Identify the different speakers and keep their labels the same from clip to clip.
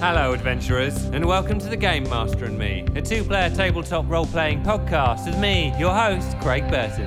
Speaker 1: Hello, adventurers, and welcome to The Game Master and Me, a two player tabletop role playing podcast with me, your host, Craig Burton.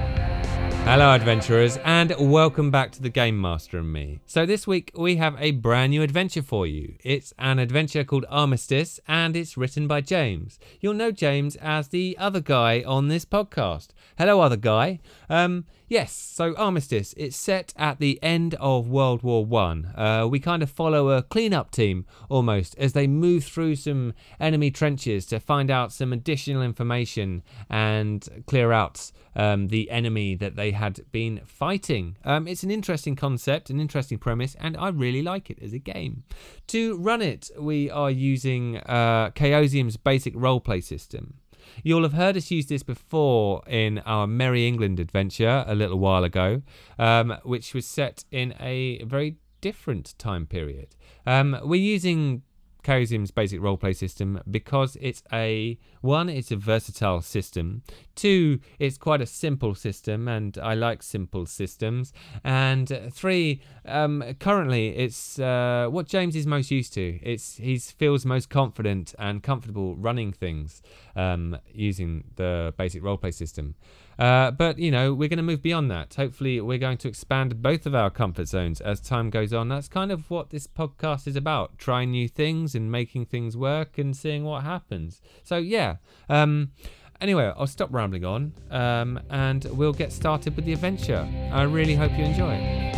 Speaker 1: Hello, adventurers, and welcome back to The Game Master and Me. So, this week we have a brand new adventure for you. It's an adventure called Armistice, and it's written by James. You'll know James as the other guy on this podcast. Hello, other guy. Um, yes, so Armistice, it's set at the end of World War One. Uh, we kind of follow a cleanup team almost as they move through some enemy trenches to find out some additional information and clear out um, the enemy that they had been fighting. Um, it's an interesting concept, an interesting premise, and I really like it as a game. To run it, we are using uh, Chaosium's basic roleplay system. You'll have heard us use this before in our Merry England adventure a little while ago, um, which was set in a very different time period. Um, we're using Chaosium's basic roleplay system because it's a one, it's a versatile system. Two, it's quite a simple system, and I like simple systems. And uh, three, um, currently it's uh, what James is most used to. It's he feels most confident and comfortable running things um, using the basic roleplay system. Uh, but you know, we're going to move beyond that. Hopefully, we're going to expand both of our comfort zones as time goes on. That's kind of what this podcast is about: trying new things and making things work and seeing what happens. So yeah. Um, anyway, I'll stop rambling on, um, and we'll get started with the adventure. I really hope you enjoy it.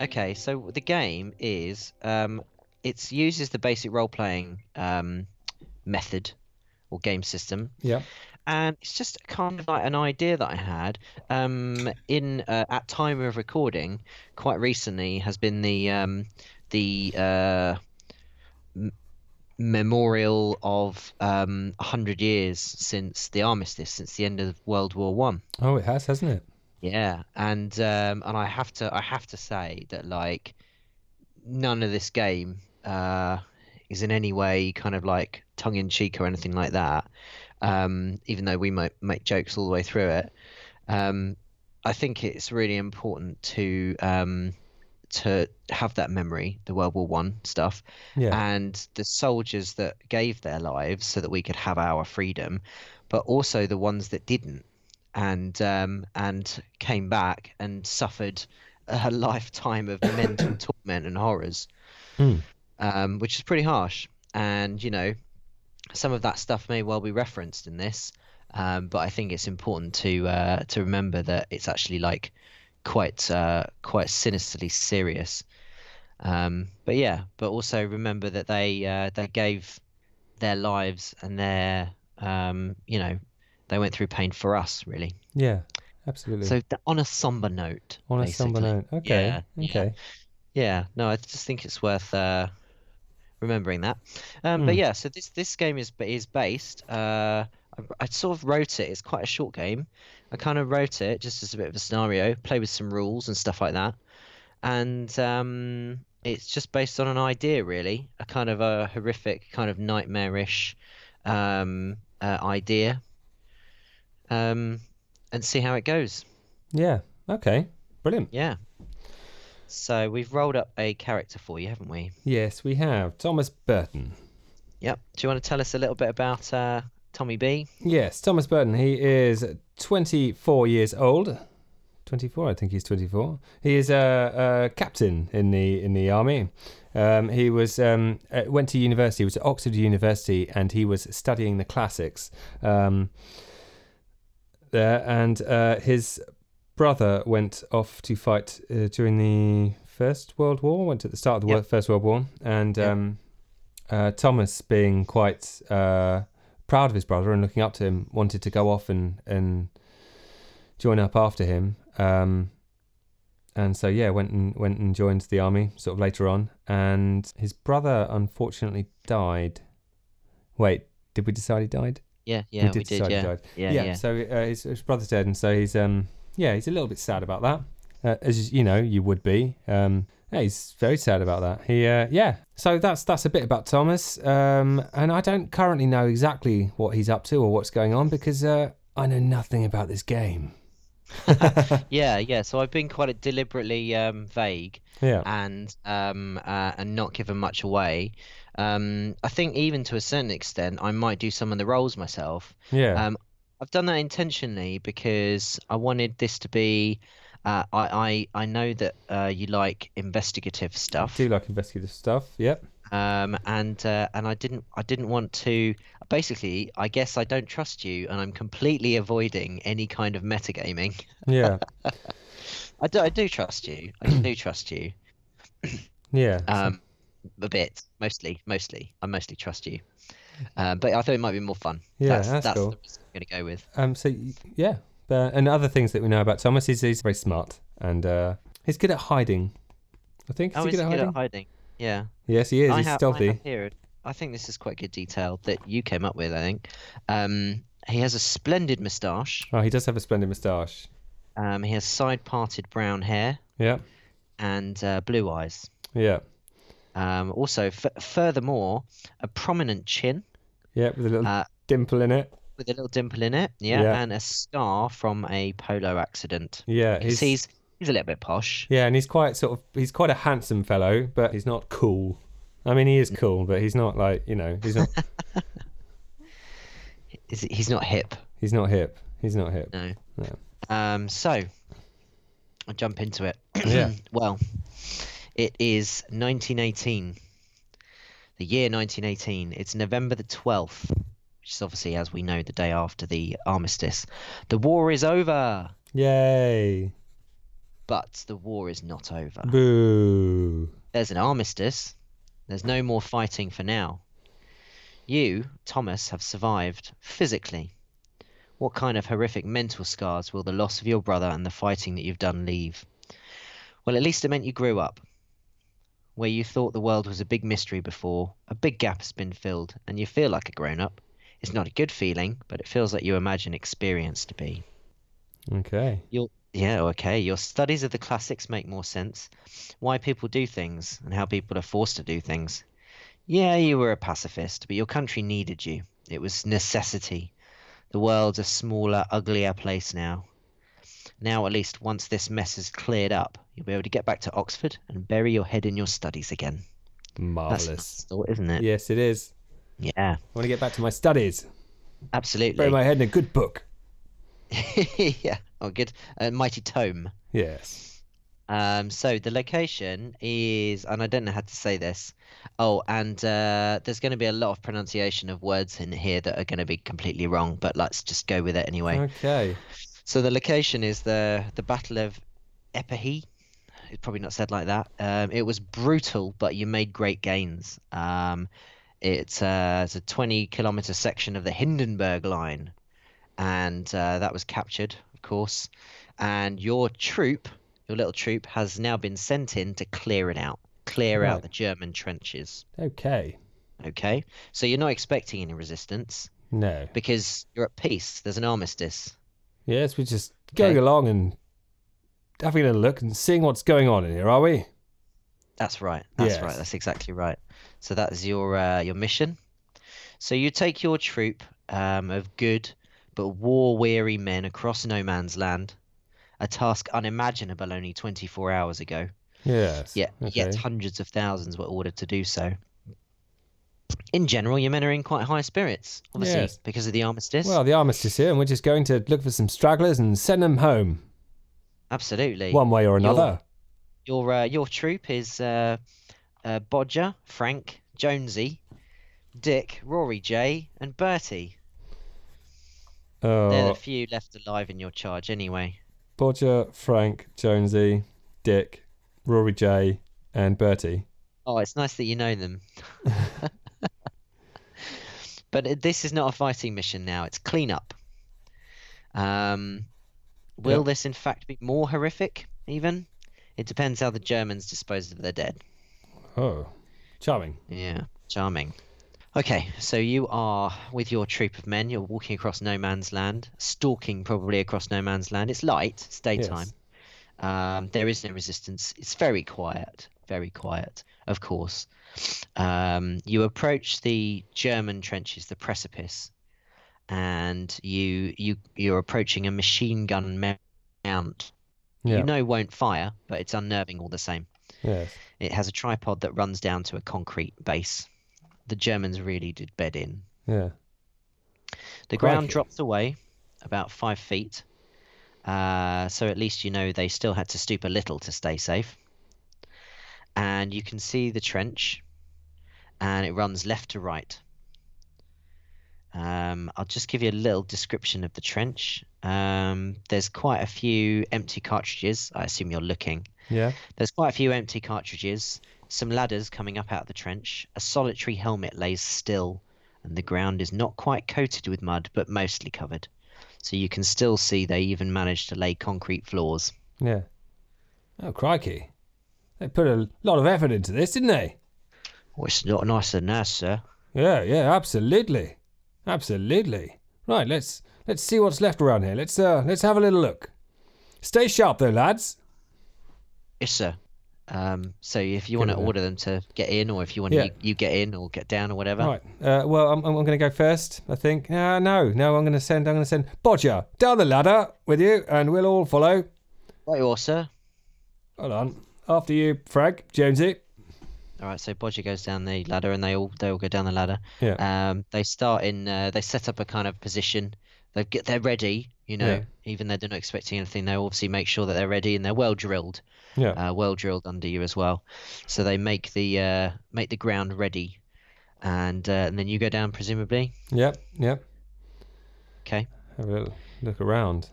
Speaker 2: Okay, so the game is um, it uses the basic role playing um, method or game system,
Speaker 1: Yeah.
Speaker 2: and it's just kind of like an idea that I had um, in uh, at time of recording quite recently has been the um, the uh, m- memorial of um, hundred years since the armistice, since the end of World War One.
Speaker 1: Oh, it has, hasn't it?
Speaker 2: Yeah, and um, and I have to I have to say that like none of this game uh, is in any way kind of like tongue in cheek or anything like that. Um, even though we might make jokes all the way through it, um, I think it's really important to um, to have that memory, the World War One stuff,
Speaker 1: Yeah.
Speaker 2: and the soldiers that gave their lives so that we could have our freedom, but also the ones that didn't and um, and came back and suffered a lifetime of mental torment and horrors,
Speaker 1: Hmm.
Speaker 2: um, which is pretty harsh. And you know, some of that stuff may well be referenced in this, um, but I think it's important to uh, to remember that it's actually like quite uh, quite sinisterly serious. Um, but yeah, but also remember that they uh, they gave their lives and their um, you know they went through pain for us really.
Speaker 1: Yeah. Absolutely.
Speaker 2: So th- on a somber note.
Speaker 1: on a
Speaker 2: basically.
Speaker 1: somber note. Okay.
Speaker 2: Yeah, yeah.
Speaker 1: okay.
Speaker 2: Yeah, no, I just think it's worth uh, remembering that. Um, But
Speaker 1: Hmm.
Speaker 2: yeah, so this this game is is based. Uh, I, I sort of wrote it. It's quite a short game. I kind of wrote it just as a bit of a scenario, play with some rules and stuff like that. And um, it's just based on an idea, really, a kind of a horrific, kind of nightmarish um, uh, idea. Um, and see how it goes.
Speaker 1: Yeah. Okay. Brilliant.
Speaker 2: Yeah. So we've rolled up a character for you, haven't we?
Speaker 1: Yes, we have Thomas Burton.
Speaker 2: Yep. Do you want to tell us a little bit about uh, Tommy B?
Speaker 1: Yes, Thomas Burton. He is 24 years old. 24, I think he's 24. He is a, a captain in the in the army. Um, he was um, uh, went to university. Was at Oxford University, and he was studying the classics um, there. And uh, his brother went off to fight uh, during the First World War. Went at the start of the
Speaker 2: Yep.
Speaker 1: Wor- First World War, and
Speaker 2: Yep.
Speaker 1: um, uh, Thomas, being quite uh, proud of his brother and looking up to him, wanted to go off and and join up after him. Um, and so yeah, went and went and joined the army sort of later on. And his brother unfortunately died. Wait, did we decide he died?
Speaker 2: Yeah, yeah, we did.
Speaker 1: decide he
Speaker 2: yeah.
Speaker 1: died.
Speaker 2: yeah,
Speaker 1: yeah,
Speaker 2: yeah,
Speaker 1: So uh, his, his brother's dead, and so he's um yeah he's a little bit sad about that, uh, as you know you would be. Um, yeah, he's very sad about that. He uh, yeah. So that's that's a bit about Thomas. Um, and I don't currently know exactly what he's up to or what's going on because uh, I know nothing about this game.
Speaker 2: yeah, yeah. So I've been quite deliberately um, vague
Speaker 1: yeah.
Speaker 2: and um, uh, and not given much away. Um, I think even to a certain extent, I might do some of the roles myself.
Speaker 1: Yeah.
Speaker 2: Um, I've done that intentionally because I wanted this to be. Uh, I, I I know that uh, you like investigative stuff,
Speaker 1: do like investigative stuff. Yep.
Speaker 2: um, and uh, and I didn't I didn't want to. Basically, I guess I don't trust you, and I'm completely avoiding any kind of metagaming.
Speaker 1: Yeah.
Speaker 2: I do, I do trust you. I do trust you.
Speaker 1: Yeah. so-
Speaker 2: Um, a bit, mostly, mostly. I mostly trust you. Um, but I thought it might be more fun.
Speaker 1: Yeah,
Speaker 2: that's,
Speaker 1: that's
Speaker 2: that's
Speaker 1: cool.
Speaker 2: the risk I'm going to go with.
Speaker 1: Um, so y- yeah, uh, and other things that we know about Thomas is he's very smart and uh, he's good at hiding. I think
Speaker 2: oh,
Speaker 1: he's
Speaker 2: is
Speaker 1: good
Speaker 2: he
Speaker 1: at hiding.
Speaker 2: hiding? Yeah.
Speaker 1: yes, he is.
Speaker 2: I
Speaker 1: He's
Speaker 2: have- I have
Speaker 1: stealthy.
Speaker 2: here- I think this is quite good detail that you came up with, I think. Um, he has a splendid moustache.
Speaker 1: Oh, he does have a splendid moustache.
Speaker 2: Um, he has side parted brown hair
Speaker 1: Yeah,
Speaker 2: and uh, blue eyes.
Speaker 1: yeah,
Speaker 2: Um, also, f- furthermore, a prominent chin
Speaker 1: yeah, with a little
Speaker 2: Uh,
Speaker 1: dimple in it.
Speaker 2: with a little dimple in it. Yeah.
Speaker 1: Yeah.
Speaker 2: And a scar from a polo accident.
Speaker 1: Yeah,
Speaker 2: He's, he's, he's a little bit posh.
Speaker 1: yeah, and he's quite sort of he's quite a handsome fellow, but he's not cool. I mean, he
Speaker 2: Mm.
Speaker 1: is cool, but he's not like you know he's not
Speaker 2: Is he's not hip.
Speaker 1: he's not hip. He's not hip.
Speaker 2: No.
Speaker 1: No.
Speaker 2: Um, so I'll jump into it.
Speaker 1: Yeah.
Speaker 2: well, it is 1918. The year 1918. It's November the 12th, which is obviously, as we know, the day after the armistice. The war is over,
Speaker 1: Yay!
Speaker 2: but the war is not over.
Speaker 1: Boo!
Speaker 2: There's an armistice. There's no more fighting for now. You, Thomas, have survived physically. What kind of horrific mental scars will the loss of your brother and the fighting that you've done leave? Well, at least it meant you grew up. Where you thought the world was a big mystery before, a big gap has been filled, and you feel like a grown up. It's not a good feeling, but it feels like you imagine experience to be.
Speaker 1: Okay.
Speaker 2: Your yeah, okay. Your studies of the classics make more sense. Why people do things and how people are forced to do things. Yeah, you were a pacifist, but your country needed you. It was necessity. The world's a smaller, uglier place now. Now, at least once this mess is cleared up, you'll be able to get back to Oxford and bury your head in your studies again. That's a nice
Speaker 1: Marvelous.
Speaker 2: thought, isn't it?
Speaker 1: Yes, it is.
Speaker 2: Yeah,
Speaker 1: I want to get back to my studies.
Speaker 2: absolutely.
Speaker 1: Bury my head in a good book.
Speaker 2: yeah. Oh, good. A mighty tome.
Speaker 1: Yes.
Speaker 2: Um, so the location is, and I don't know how to say this. Oh, and uh, there's going to be a lot of pronunciation of words in here that are going to be completely wrong, but let's just go with it anyway.
Speaker 1: Okay.
Speaker 2: So the location is the the Battle of Epahi. It's probably not said like that. Um, it was brutal, but you made great gains. Um, it's, uh, it's a 20 kilometer section of the Hindenburg Line, and uh, that was captured, of course. And your troop, your little troop, has now been sent in to clear it out, clear out
Speaker 1: Right.
Speaker 2: the German trenches.
Speaker 1: Okay.
Speaker 2: Okay, so you're not expecting any resistance
Speaker 1: No.
Speaker 2: because you're at peace. There's an armistice.
Speaker 1: Yes, we're just
Speaker 2: Okay.
Speaker 1: going along and having a look and seeing what's going on in here, are we?
Speaker 2: That's right. That's
Speaker 1: Yes.
Speaker 2: right. That's exactly right. So that is your uh, your mission. So you take your troop um, of good but war weary men across no man's land, a task unimaginable only 24 hours ago.
Speaker 1: Yes.
Speaker 2: Yet, yet hundreds of thousands were ordered to do so. In general, your men are in quite high spirits, obviously,
Speaker 1: Yes.
Speaker 2: because of the armistice.
Speaker 1: Well, the armistice here, and we're just going to look for some stragglers and send them home,
Speaker 2: Absolutely.
Speaker 1: one way or another.
Speaker 2: Your uh, your troop is uh, uh, Bodger, Frank, Jonesy, Dick, Rory J, and Bertie. They're
Speaker 1: Oh,
Speaker 2: the few left alive in your charge, anyway.
Speaker 1: Bodger, Frank, Jonesy, Dick, Rory J, and Bertie.
Speaker 2: Oh, it's nice that you know them. but it- this is not a fighting mission now. It's cleanup. Um, will
Speaker 1: Yep.
Speaker 2: this, in fact, be more horrific? Even it depends how the Germans dispose of their dead.
Speaker 1: Oh, charming.
Speaker 2: Yeah, charming. Okay, so you are with your troop of men. You're walking across no man's land, stalking probably across no man's land. It's light, it's daytime.
Speaker 1: Yes.
Speaker 2: Um, there is no resistance. It's very quiet, very quiet, of course. Um, you approach the German trenches, the precipice, and you you you're approaching a machine gun mount
Speaker 1: Yeah.
Speaker 2: you know won't fire, but it's unnerving all the same.
Speaker 1: Yes.
Speaker 2: It has a tripod that runs down to a concrete base. The Germans really did bed in.
Speaker 1: Yeah.
Speaker 2: The
Speaker 1: Crikey.
Speaker 2: ground drops away about five feet, uh, so at least you know they still had to stoop a little to stay safe. And you can see the trench, and it runs left to right. Um, I'll just give you a little description of the trench. Um, there's quite a few empty cartridges. I assume you're looking.
Speaker 1: Yeah.
Speaker 2: There's quite a few empty cartridges, some ladders coming up out of the trench, a solitary helmet lays still, and the ground is not quite coated with mud, but mostly covered. So you can still see they even managed to lay concrete floors.
Speaker 1: Yeah. Oh crikey! They put a lot of effort into this, didn't they?
Speaker 2: Oh, it's not nicer than us, sir.
Speaker 1: Yeah. Yeah. Absolutely. Absolutely. Right. Let's let's see what's left around here. Let's uh let's have a little look. Stay sharp though, lads.
Speaker 2: Yes, sir. Um, so if you
Speaker 1: Good
Speaker 2: want to
Speaker 1: idea.
Speaker 2: order them to get in, or if you want
Speaker 1: Yeah.
Speaker 2: you, you get in or get down or whatever.
Speaker 1: Right. Uh, well, I'm, I'm going to go first. I think. Uh, no, no. I'm going to send. I'm going to send Bodger down the ladder with you, and we'll all follow.
Speaker 2: Right, you are, sir.
Speaker 1: Hold on. After you, Frag Jonesy.
Speaker 2: All right, so Bodger goes down the ladder, and they all they all go down the ladder.
Speaker 1: Yeah.
Speaker 2: Um, they start in. Uh, they set up a kind of position. They get they're ready. You know,
Speaker 1: Yeah.
Speaker 2: even though they're not expecting anything, they obviously make sure that they're ready and they're well drilled.
Speaker 1: Yeah.
Speaker 2: Uh, well drilled under you as well. So they make the uh, make the ground ready, and uh, and then you go down presumably.
Speaker 1: Yep. Yep.
Speaker 2: Okay.
Speaker 1: Have a little look around.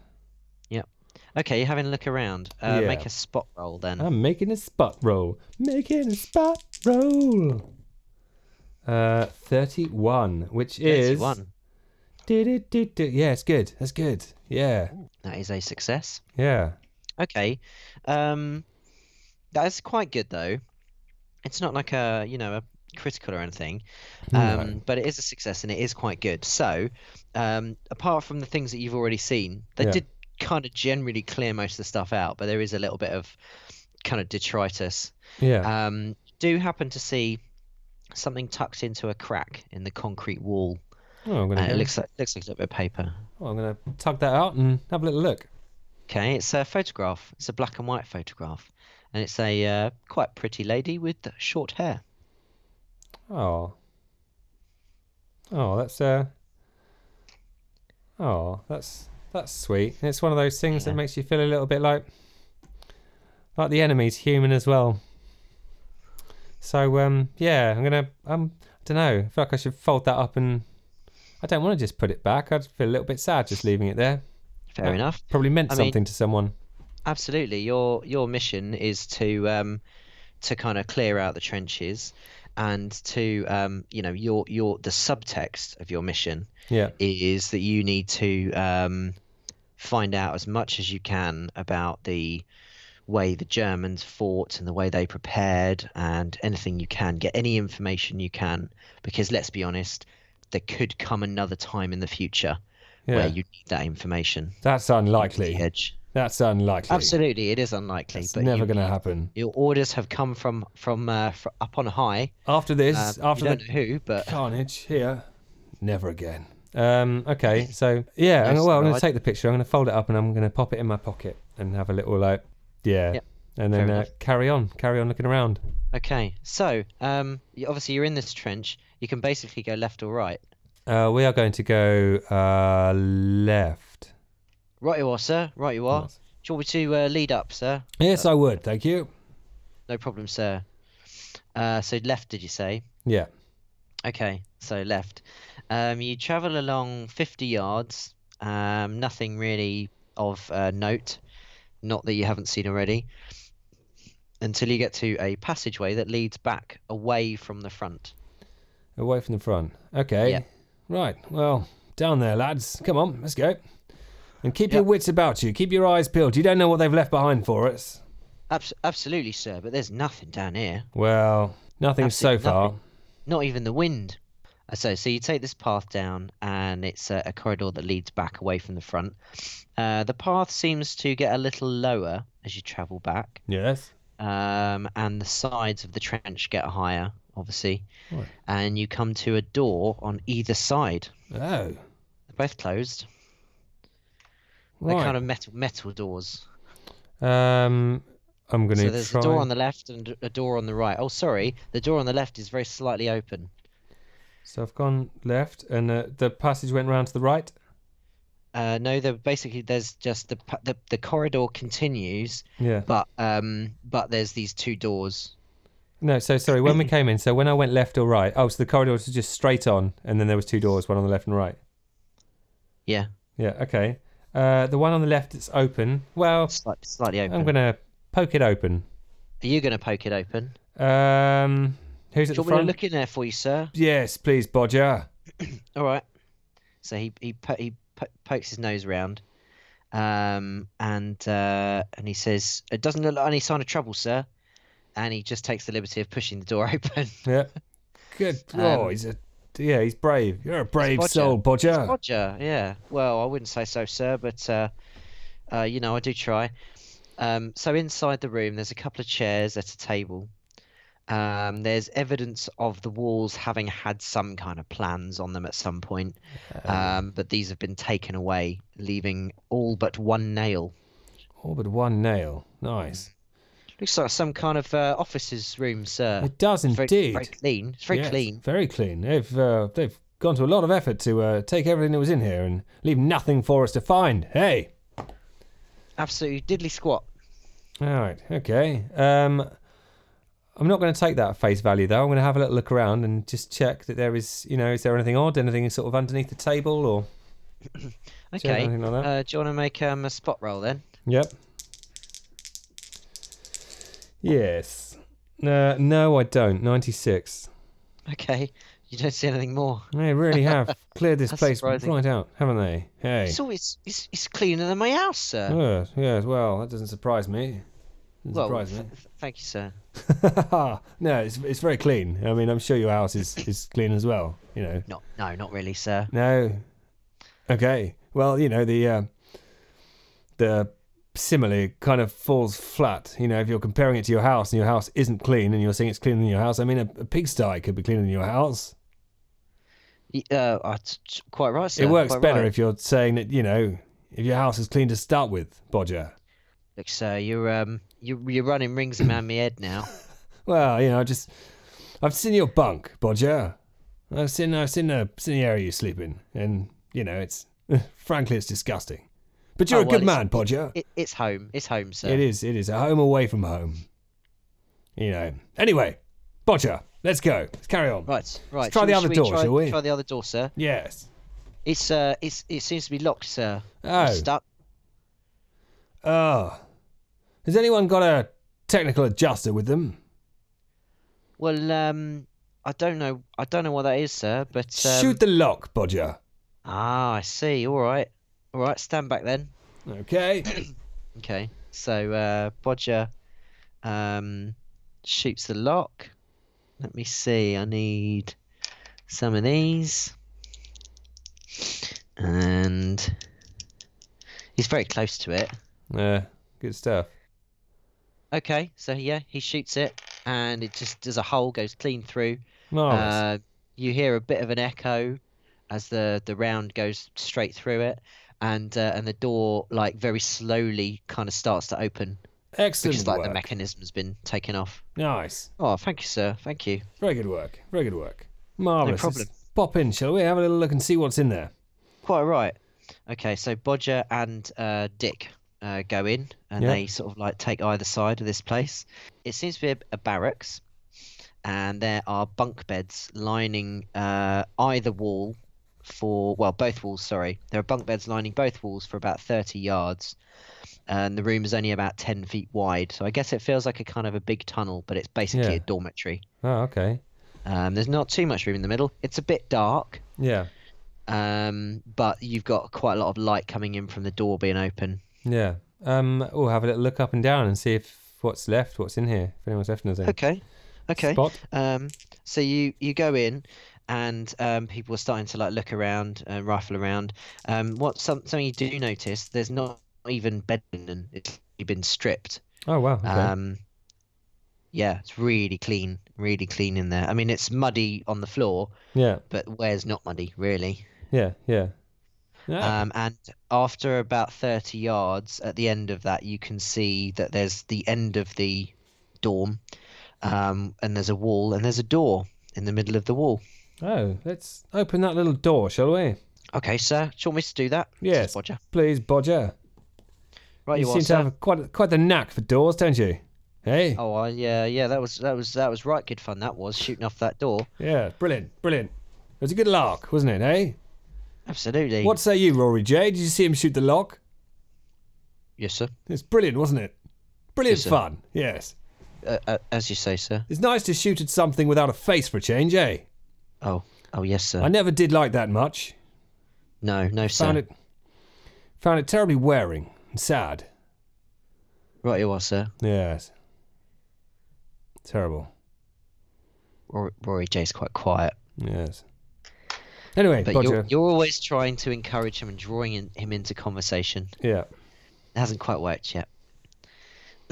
Speaker 2: Okay, you're having a look around. Uh,
Speaker 1: Yeah.
Speaker 2: Make a spot roll then.
Speaker 1: I'm making a spot roll. Making a spot roll. Uh, 31, which is.
Speaker 2: Thirty-one.
Speaker 1: Do-do-do-do. Yeah, it's good. That's good. Yeah.
Speaker 2: That is a success.
Speaker 1: Yeah.
Speaker 2: Okay. Um that's quite good though. It's not like a, you know, a critical or anything. Um
Speaker 1: No.
Speaker 2: but it is a success and it is quite good. So, um apart from the things that you've already seen, they
Speaker 1: Yeah.
Speaker 2: did kind of generally clear most of the stuff out, but there is a little bit of kind of detritus.
Speaker 1: Yeah.
Speaker 2: Um do happen to see something tucked into a crack in the concrete wall.
Speaker 1: oh, I'm going
Speaker 2: And
Speaker 1: to
Speaker 2: it looks like looks like a little bit of paper.
Speaker 1: oh, I'm going to tug that out and have a little look.
Speaker 2: Okay, it's a photograph. It's a black and white photograph, and it's a uh, quite pretty lady with short hair.
Speaker 1: Oh. Oh, that's uh Oh, that's that's sweet. And It's one of those things that
Speaker 2: Yeah.
Speaker 1: makes you feel a little bit like like the enemy's human as well. So um yeah, I'm gonna um I don't know, I feel like I should fold that up and I don't want to just put it back. I'd feel a little bit sad just leaving it there.
Speaker 2: Fair
Speaker 1: Yeah.
Speaker 2: enough.
Speaker 1: Probably meant
Speaker 2: I mean-
Speaker 1: something to someone.
Speaker 2: Absolutely. Your your mission is to um, to kind of clear out the trenches, and to um, you know your your the subtext of your mission
Speaker 1: Yeah.
Speaker 2: is that you need to um, find out as much as you can about the way the Germans fought and the way they prepared and anything you can get any information you can because let's be honest there could come another time in the future
Speaker 1: Yeah.
Speaker 2: where you need that information
Speaker 1: That's
Speaker 2: The
Speaker 1: unlikely.
Speaker 2: edge
Speaker 1: That's unlikely.
Speaker 2: absolutely it is unlikely
Speaker 1: It's
Speaker 2: but
Speaker 1: never
Speaker 2: you-
Speaker 1: gonna happen.
Speaker 2: your orders have come from from, uh, fr up on high
Speaker 1: After
Speaker 2: um,
Speaker 1: this, after
Speaker 2: you
Speaker 1: the
Speaker 2: don't know who but uh,
Speaker 1: Carnage here. Never again. Um, okay, so yeah, I'm,
Speaker 2: Yes,
Speaker 1: well, I'm going to
Speaker 2: right.
Speaker 1: take the picture. I'm going to fold it up and I'm going to pop it in my pocket and have a little like, yeah,
Speaker 2: Yep,
Speaker 1: and then
Speaker 2: fair
Speaker 1: uh,
Speaker 2: enough.
Speaker 1: carry on, carry on looking around.
Speaker 2: okay so um you- obviously you're in this trench you can basically go left or right
Speaker 1: Uh, we are going to go uh, left.
Speaker 2: Right you are, sir. Right you are.
Speaker 1: Nice.
Speaker 2: Do you want me to uh, lead up, sir?
Speaker 1: Yes, I would. Thank you.
Speaker 2: No problem, sir. Uh, so left, did you say?
Speaker 1: Yeah,
Speaker 2: Okay, so left. Um, you travel along 50 yards. Um, nothing really of uh, note, not that you haven't seen already, until you get to a passageway that leads back away from the front.
Speaker 1: away from the front. Okay.
Speaker 2: Yeah.
Speaker 1: Right. Well, down there, lads. Come on, let's go. And keep your
Speaker 2: Yep.
Speaker 1: wits about you. Keep your eyes peeled. You don't know what they've left behind for us.
Speaker 2: Abs- absolutely, sir. But there's nothing down here.
Speaker 1: Well, nothing so
Speaker 2: Absolutely
Speaker 1: far.
Speaker 2: nothing. not even the wind. Uh, So, so you take this path down, and it's a, a corridor that leads back away from the front. Uh, the path seems to get a little lower as you travel back,
Speaker 1: Yes.
Speaker 2: um, and the sides of the trench get higher, obviously.
Speaker 1: Right.
Speaker 2: And you come to a door on either side.
Speaker 1: Oh.
Speaker 2: They're both closed. They're
Speaker 1: Right.
Speaker 2: kind of metal metal doors.
Speaker 1: um, I'm gonna
Speaker 2: So there's
Speaker 1: try.
Speaker 2: a door on the left and a door on the right. Oh, sorry, the door on the left is very slightly open.
Speaker 1: So I've gone left, and uh, the passage went round to the right.
Speaker 2: Uh, no, there basically there's just the, pa- the the corridor continues,
Speaker 1: Yeah.
Speaker 2: but um, but there's these two doors.
Speaker 1: No, so sorry. When we came in, so when I went left or right, oh, so the corridor was just straight on, and then there was two doors, one on the left and right.
Speaker 2: Yeah,
Speaker 1: Yeah. Okay. Uh, the one on the left it's open. Well,
Speaker 2: slight, slightly open.
Speaker 1: I'm gonna poke it open.
Speaker 2: Are you gonna poke it open?
Speaker 1: Um, who's at
Speaker 2: Do you
Speaker 1: the
Speaker 2: want me to
Speaker 1: front?
Speaker 2: look in there for you, sir?
Speaker 1: Yes, please, Bodger.
Speaker 2: All right. So he he po- he po- pokes his nose round, um, and uh, and he says, "It doesn't look like any sign of trouble, sir." And he just takes the liberty of pushing the door open.
Speaker 1: Yeah. Good. oh,
Speaker 2: Um,
Speaker 1: he's a yeah. He's brave. You're a brave
Speaker 2: Bodger.
Speaker 1: soul, Bodger.
Speaker 2: Roger, yeah. Well, I wouldn't say so, sir, but uh, uh, you know, I do try. Um, so inside the room, there's a couple of chairs at a table. Um, there's evidence of the walls having had some kind of plans on them at some point, um, but these have been taken away, leaving all but one nail.
Speaker 1: All but one nail. Nice.
Speaker 2: Looks like some kind of uh, officer's room, sir.
Speaker 1: It does
Speaker 2: Uh, Very-
Speaker 1: indeed.
Speaker 2: very clean. It's very
Speaker 1: Yes,
Speaker 2: clean.
Speaker 1: Very clean. They've uh, they've gone to a lot of effort to uh, take everything that was in here and leave nothing for us to find. Hey.
Speaker 2: Absolutely diddly squat.
Speaker 1: All right. Okay. Um, I'm not going to take that at face value though. I'm going to have a little look around and just check that there is, you know, is there anything odd, anything sort of underneath the table or is there
Speaker 2: Okay.
Speaker 1: anything like that?
Speaker 2: Uh, do you want to make um, a spot roll then?
Speaker 1: Yep. Yes. Uh, no, I don't. 96.
Speaker 2: Okay. You don't see anything more.
Speaker 1: They really have cleared this
Speaker 2: That's
Speaker 1: place
Speaker 2: surprising.
Speaker 1: right out, haven't they? Hey.
Speaker 2: It's always it's, it's cleaner than my house, sir.
Speaker 1: Yes, yes, well, that doesn't surprise me. Doesn't
Speaker 2: well,
Speaker 1: surprise
Speaker 2: th- th- thank you, sir.
Speaker 1: me. no, it's, it's very clean. I mean, I'm sure your house is, is clean as well, you know.
Speaker 2: Not no, not really, sir.
Speaker 1: No. Okay. Well, you know the uh, the simile kind of falls flat. You know, if you're comparing it to your house and your house isn't clean, and you're saying it's cleaner than your house, I mean, a, a pigsty could be cleaner than your house.
Speaker 2: Y- Uh, I t- t- quite right, sir.
Speaker 1: it works
Speaker 2: quite
Speaker 1: better
Speaker 2: right.
Speaker 1: if you're saying that you know if your house is clean to start with, Bodger.
Speaker 2: Look, sir, you're um you you're running rings around my head now.
Speaker 1: Well, you know, I just I've seen your bunk, Bodger. I've seen I've seen the seen the area you sleep in, and you know it's frankly it's disgusting. But you're
Speaker 2: Oh,
Speaker 1: a
Speaker 2: well,
Speaker 1: good
Speaker 2: it's-
Speaker 1: man, Bodger.
Speaker 2: It, it's home. It's home, sir.
Speaker 1: It is. It is a home away from home. You know. Anyway, Bodger, let's go. Let's carry on.
Speaker 2: Right, right.
Speaker 1: try
Speaker 2: shall
Speaker 1: the
Speaker 2: we-
Speaker 1: other
Speaker 2: shall we
Speaker 1: door,
Speaker 2: try,
Speaker 1: shall we?
Speaker 2: Try the other door, sir.
Speaker 1: Yes.
Speaker 2: It's uh, it's it seems to be locked, sir.
Speaker 1: Oh.
Speaker 2: Stuck.
Speaker 1: Oh. Has anyone got a technical adjuster with them?
Speaker 2: Well, um, I don't know. I don't know what that is, sir. But um,
Speaker 1: Shoot the lock, Bodger.
Speaker 2: Ah, I see. All right, all right. Stand back then.
Speaker 1: Okay.
Speaker 2: Okay, so uh, Bodger um, shoots the lock. Let me see. I need some of these, and he's very close to it.
Speaker 1: Yeah. Good stuff.
Speaker 2: Okay, so yeah, he shoots it, and it just does a hole, goes clean through.
Speaker 1: Marvelous.
Speaker 2: Uh, you hear a bit of an echo as the the round goes straight through it, and uh, and the door like very slowly kind of starts to open.
Speaker 1: Excellent
Speaker 2: because like
Speaker 1: work.
Speaker 2: the mechanism's been taken off.
Speaker 1: nice.
Speaker 2: Oh, thank you, sir. Thank you.
Speaker 1: Very good work. Very good work. Marvelous.
Speaker 2: problem.
Speaker 1: Let's pop in, shall we? Have a little look and see what's in there.
Speaker 2: Quite right. Okay, so Bodger and uh, Dick uh, go in, and
Speaker 1: Yeah.
Speaker 2: they sort of like take either side of this place. It seems to be a, a barracks, and there are bunk beds lining uh, either wall for well, both walls. Sorry, there are bunk beds lining both walls for about thirty yards, and the room is only about ten feet wide. So I guess it feels like a kind of a big tunnel, but it's basically
Speaker 1: Yeah.
Speaker 2: a dormitory.
Speaker 1: Oh, okay.
Speaker 2: Um, there's not too much room in the middle. It's a bit dark,
Speaker 1: Yeah.
Speaker 2: um, but you've got quite a lot of light coming in from the door being open.
Speaker 1: Yeah. Um, we'll have a little look up and down and see if what's left, what's in here, if anyone's left anything.
Speaker 2: Okay, okay.
Speaker 1: Spot.
Speaker 2: Um, so you you go in, and um, people are starting to like look around and rifle around. Um, what some, something you do notice? There's not even bed linen. It's been stripped.
Speaker 1: Oh wow. Okay.
Speaker 2: Um, yeah, it's really clean, really clean in there. I mean, it's muddy on the floor,
Speaker 1: yeah.
Speaker 2: but where's not muddy really?
Speaker 1: Yeah. Yeah. Yeah.
Speaker 2: Um, and after about 30 yards at the end of that, you can see that there's the end of the dorm, um, and there's a wall, and there's a door in the middle of the wall.
Speaker 1: oh, let's open that little door, shall we?
Speaker 2: Okay, sir. Do you want me to do that? Says
Speaker 1: Yes.
Speaker 2: Bodger.
Speaker 1: Please, Bodger.
Speaker 2: Right,
Speaker 1: you
Speaker 2: you,
Speaker 1: seem
Speaker 2: are,
Speaker 1: to
Speaker 2: sir.
Speaker 1: have quite quite the knack for doors, don't you? Hey.
Speaker 2: Oh, I- yeah, yeah. That was that was that was right good fun. That was shooting off that door.
Speaker 1: Yeah, brilliant, brilliant. It was a good lark, wasn't it? Hey.
Speaker 2: Absolutely.
Speaker 1: What say you, Rory J? Did you see him shoot the lock?
Speaker 2: Yes, sir.
Speaker 1: It's brilliant, wasn't it? Brilliant
Speaker 2: Yes, sir.
Speaker 1: fun. Yes.
Speaker 2: Uh, uh, as you say, sir.
Speaker 1: It's nice to shoot at something without a face for a change, eh?
Speaker 2: Oh, oh, yes, sir.
Speaker 1: I never did like that much.
Speaker 2: No, no, sir.
Speaker 1: Found it found it terribly wearing and sad.
Speaker 2: Right, you are, sir.
Speaker 1: Yes. Terrible.
Speaker 2: Rory, Rory J's quite quiet,
Speaker 1: Yes. Anyway,
Speaker 2: but
Speaker 1: Bodger.
Speaker 2: you're, you're always trying to encourage him and drawing in, him into conversation.
Speaker 1: Yeah.
Speaker 2: It hasn't quite worked yet.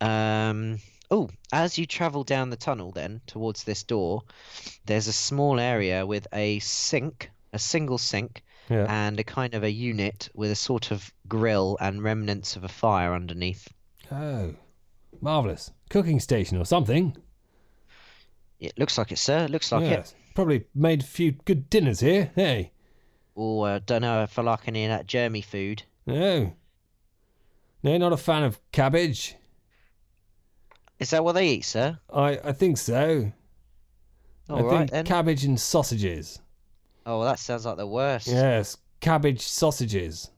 Speaker 2: um, oh, as you travel down the tunnel, then towards this door, there's a small area with a sink, a single sink,
Speaker 1: Yeah.
Speaker 2: and a kind of a unit with a sort of grill and remnants of a fire underneath.
Speaker 1: Oh. Marvellous. Cooking station or something.
Speaker 2: It looks like it, sir. Looks like it.
Speaker 1: yes. Probably made a few good dinners here. Hey.
Speaker 2: Oh, I don't know if I like any of that germy food.
Speaker 1: No. Oh. No, not a fan of cabbage.
Speaker 2: Is that what they eat, sir?
Speaker 1: I, I think so. I
Speaker 2: All right
Speaker 1: think
Speaker 2: then.
Speaker 1: cabbage and sausages.
Speaker 2: oh, well, that sounds like the worst.
Speaker 1: Yes, cabbage sausages.